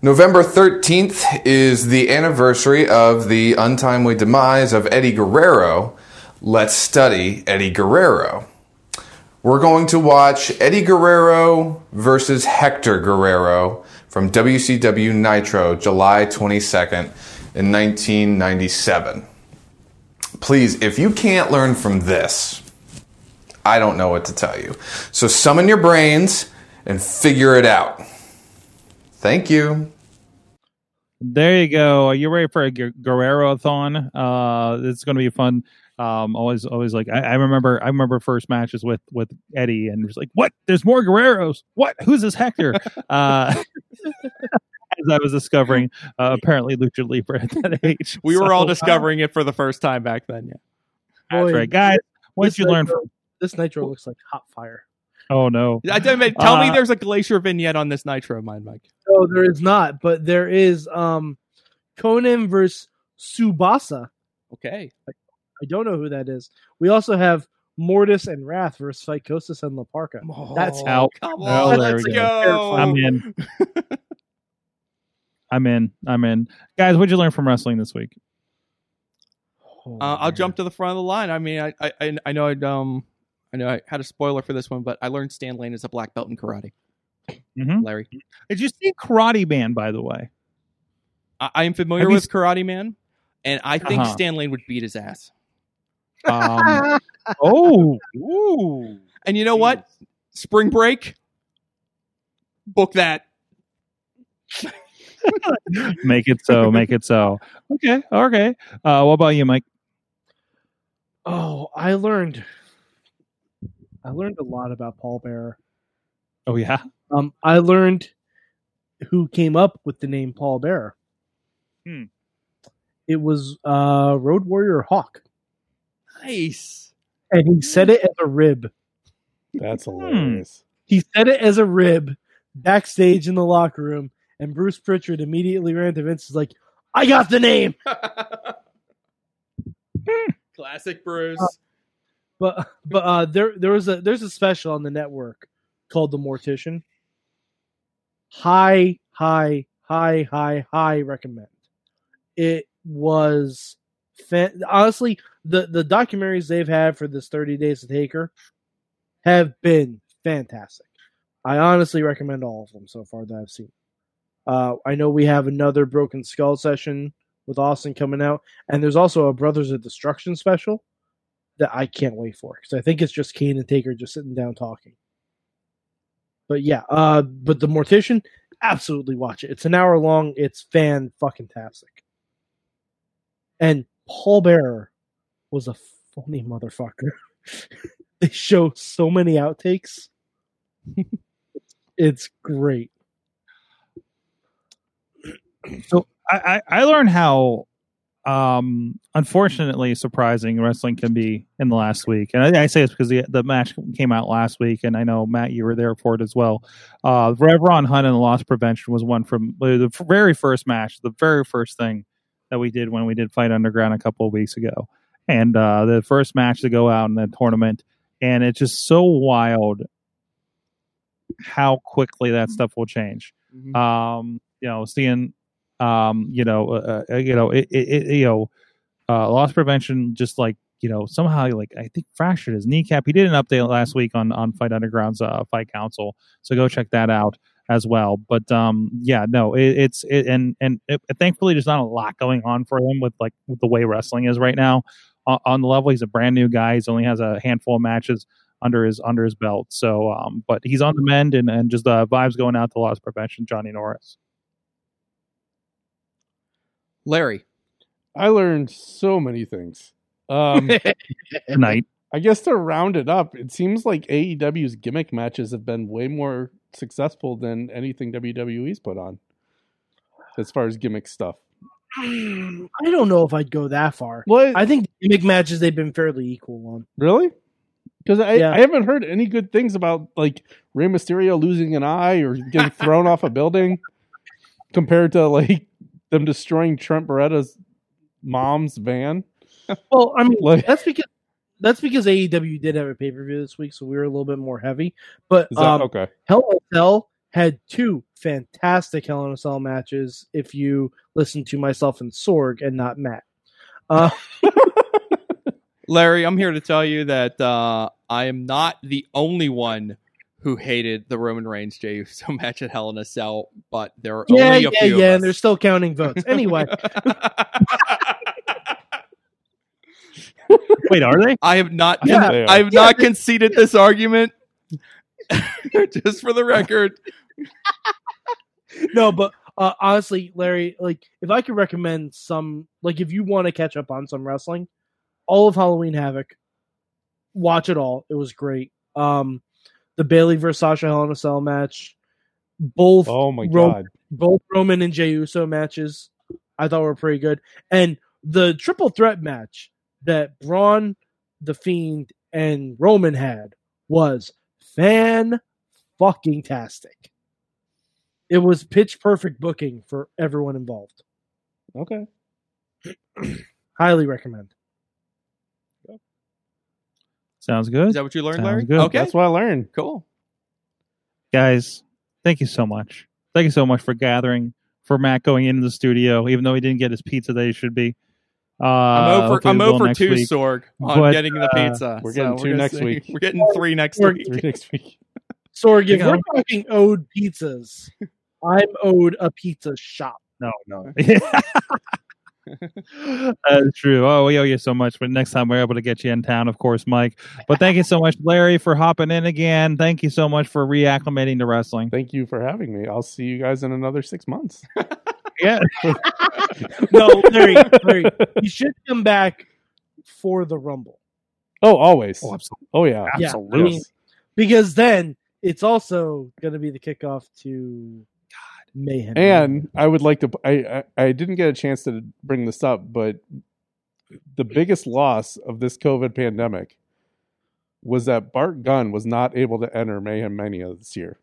November 13th is the anniversary of the untimely demise of Eddie Guerrero, let's study Eddie Guerrero. We're going to watch Eddie Guerrero versus Hector Guerrero from WCW Nitro, July 22nd in 1997. Please, if you can't learn from this, I don't know what to tell you. So summon your brains and figure it out. Thank you.
There you go. Are you ready for a Guerrero thon? Uh, it's going to be fun. Um, always, always like I, I remember. I remember first matches with with Eddie, and it was like, "What? There's more Guerreros? What? Who's this Hector?" uh, as I was discovering, uh, apparently Lucha Libre at that age.
We were
So,
all
uh,
discovering it for the first time back then. Yeah.
That's
Boy,
right, guys. What did
this
you learn
nitro-
from?
This nitro looks like hot fire.
Oh no!
I don't mean, tell me
Uh,
there's a glacier vignette on this Nitro of mine, Mike.
No, there is not, but there is um Conan versus Subasa.
Okay.
I don't know who that is. We also have Mortis and Wrath versus Psychosis and La Parca. That's
how-
Come
Oh,
on,
there
let's
we
go.
I'm in. I'm in. I'm in. Guys, what'd you learn from wrestling this week?
Uh, I'll jump to the front of the line. I mean, I I- I, I know I um I know I had a spoiler for this one, but I learned Stan Lane is a black belt in karate.
Mhm.
Larry,
Did you see Karate Man? By the way,
I, I am familiar
Have you
with Karate Man, and I think
Uh-huh.
Stan Lane would beat his ass.
um, oh, ooh.
And you know what? Spring break, book that.
make it so make it so okay okay uh what about you mike
Oh, I learned I learned a lot about Paul Bearer.
oh yeah
Um I learned who came up with the name Paul Bearer.
Hmm.
It was uh Road Warrior Hawk.
Nice.
And he said it as a rib.
That's
Hmm.
hilarious.
He said it as a rib backstage in the locker room, and Bruce Pritchard immediately ran to Vince. Is like, I got the name,
Classic Bruce.
but but uh, there there was a there's a special on the network called The Mortician. High high high high high recommend. It was fan- honestly the the documentaries they've had for this 30 Days of Taker have been fantastic. I honestly recommend all of them so far that I've seen. Uh, I know we have another Broken Skull session with Austin coming out, and there's also a Brothers of Destruction special that I can't wait for because I think it's just Kane and Taker just sitting down talking. But yeah, uh, but the Mortician, absolutely watch it. It's an hour long. It's fan fucking tastic. And Paul Bearer was a phony motherfucker. they show so many outtakes. it's great.
I, I i learned how um unfortunately surprising wrestling can be in the last week and i, I say this because the, the match came out last week and i know matt you were there for it as well uh rev ron hunt and the loss prevention was one from uh, the very first match the very first thing that we did when we did fight underground a couple of weeks ago and uh the first match to go out in the tournament and it's just so wild how quickly that stuff will change
Mhm.
um you know seeing um you know uh, uh, you know it, it, it you know uh loss prevention just like you know somehow like i think fractured his kneecap he did an update last week on on fight underground's uh, fight council so go check that out as well but um yeah no it, it's it, and and it, thankfully there's not a lot going on for him with like with the way wrestling is right now on, on the level he's a brand new guy he's only has a handful of matches under his under his belt so um but he's on the mend and and just uh, vibes going out to loss prevention johnny norris
Larry.
I learned so many things. Um,
tonight
I guess to round it up, it seems like AEW's gimmick matches have been way more successful than anything WWE's put on as far as gimmick stuff.
I don't know if I'd go that far.
What?
I think the gimmick matches they've been fairly equal on.
really? Because I,
Yeah.
I haven't heard any good things about like Rey Mysterio losing an eye or getting thrown off a building compared to like them destroying Trent Beretta's mom's van.
Well, I mean,
Like-
that's because that's because AEW did have a pay per view this week, so we were a little bit more heavy. But
Is that
um,
okay?
Hell in a Cell had two fantastic Hell in a Cell matches. If you listen to myself and Sorg and not Matt, uh,
Larry, I'm here to tell you that uh, I am not the only one who hated the Roman Reigns Jey Uso match at Hell in a Cell, but there are
Yeah,
only a
yeah,
few.
yeah,
of
and they're
us.
still counting votes. Anyway,
Wait, are they?
I have not.
Yeah, they are.
I have not conceded this argument. Just for the record,
no, but uh, honestly, Larry, like if I could recommend some, like if you want to catch up on some wrestling, all of Halloween Havoc, watch it all. It was great. Um, the Bailey versus Sasha Hell in a Cell match, both
Oh my
Ro-
god.
both Roman and Jey Uso matches, I thought were pretty good, and the triple threat match that Braun, the Fiend, and Roman had was fan fucking tastic. It was pitch perfect booking for everyone involved.
Okay.
Highly recommend.
Sounds good.
is that what you learned,
Sounds
Larry?
good.
Okay,
That's what I learned.
cool.
guys thank you so much thank you so much for gathering for matt going into the studio even though he didn't get his pizza that he should be uh
I'm over.
hopefully
I'm
we will
over
next
two,
week.
Sorg, on
But,
getting the
uh,
pizza.
we're getting two
gonna
next
see-
week.
We're getting three next
We're-
week.
Three next week.
Sorg, if
Yeah.
we're talking owed pizzas, I'm owed a pizza shop.
no no that's true oh we owe you so much but next time we're able to get you in town of course mike but thank you so much larry for hopping in again thank you so much for reacclimating to wrestling
Thank you for having me. I'll see you guys in another six months.
yeah
No, Larry, Larry, you should come back for the Rumble
Oh, always.
Oh,
Oh,
absolutely.
yeah.
Yeah,
Absolutely.
I mean- because then it's also going to be the kickoff to God mayhem.
And I would like to. I, I I didn't get a chance to bring this up, but the biggest loss of this COVID pandemic was that Bart Gunn was not able to enter Mayhem Mania this year.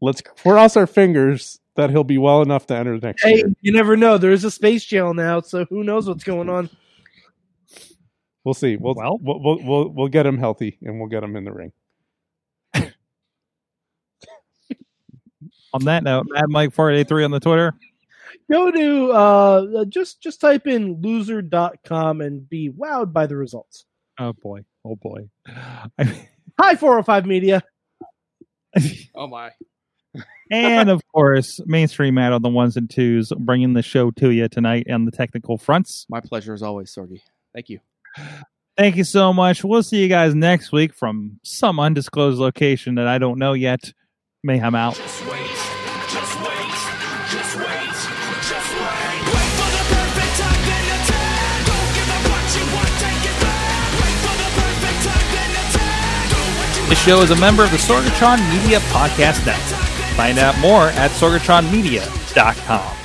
Let's cross our fingers that he'll be well enough to enter next
hey,
year.
you never know. There is a space jail now, so who knows what's going on?
We'll see. We'll,
Well-
we'll we'll we'll we'll get him healthy and we'll get him in the ring.
on that note matt mike 483 on the twitter
Go to uh, just just type in loser.com and be wowed by the results.
oh boy oh boy I mean-
Hi, 405 Media.
Oh my!
and of course, mainstream Matt on the ones and twos, bringing the show to you tonight on the technical fronts.
My pleasure as always, Sorgy. Thank you.
Thank you so much. We'll see you guys next week from some undisclosed location that I don't know yet. Mayhem out.
Just wait, just wait, just wait, just wait. Wait for the perfect time, then attack. Don't give up what you want, take it back. Wait for the perfect time, then attack. Do what you
This show is a member of the Sorgatron Media Podcast Network. Find out more at sorgatronmedia.com.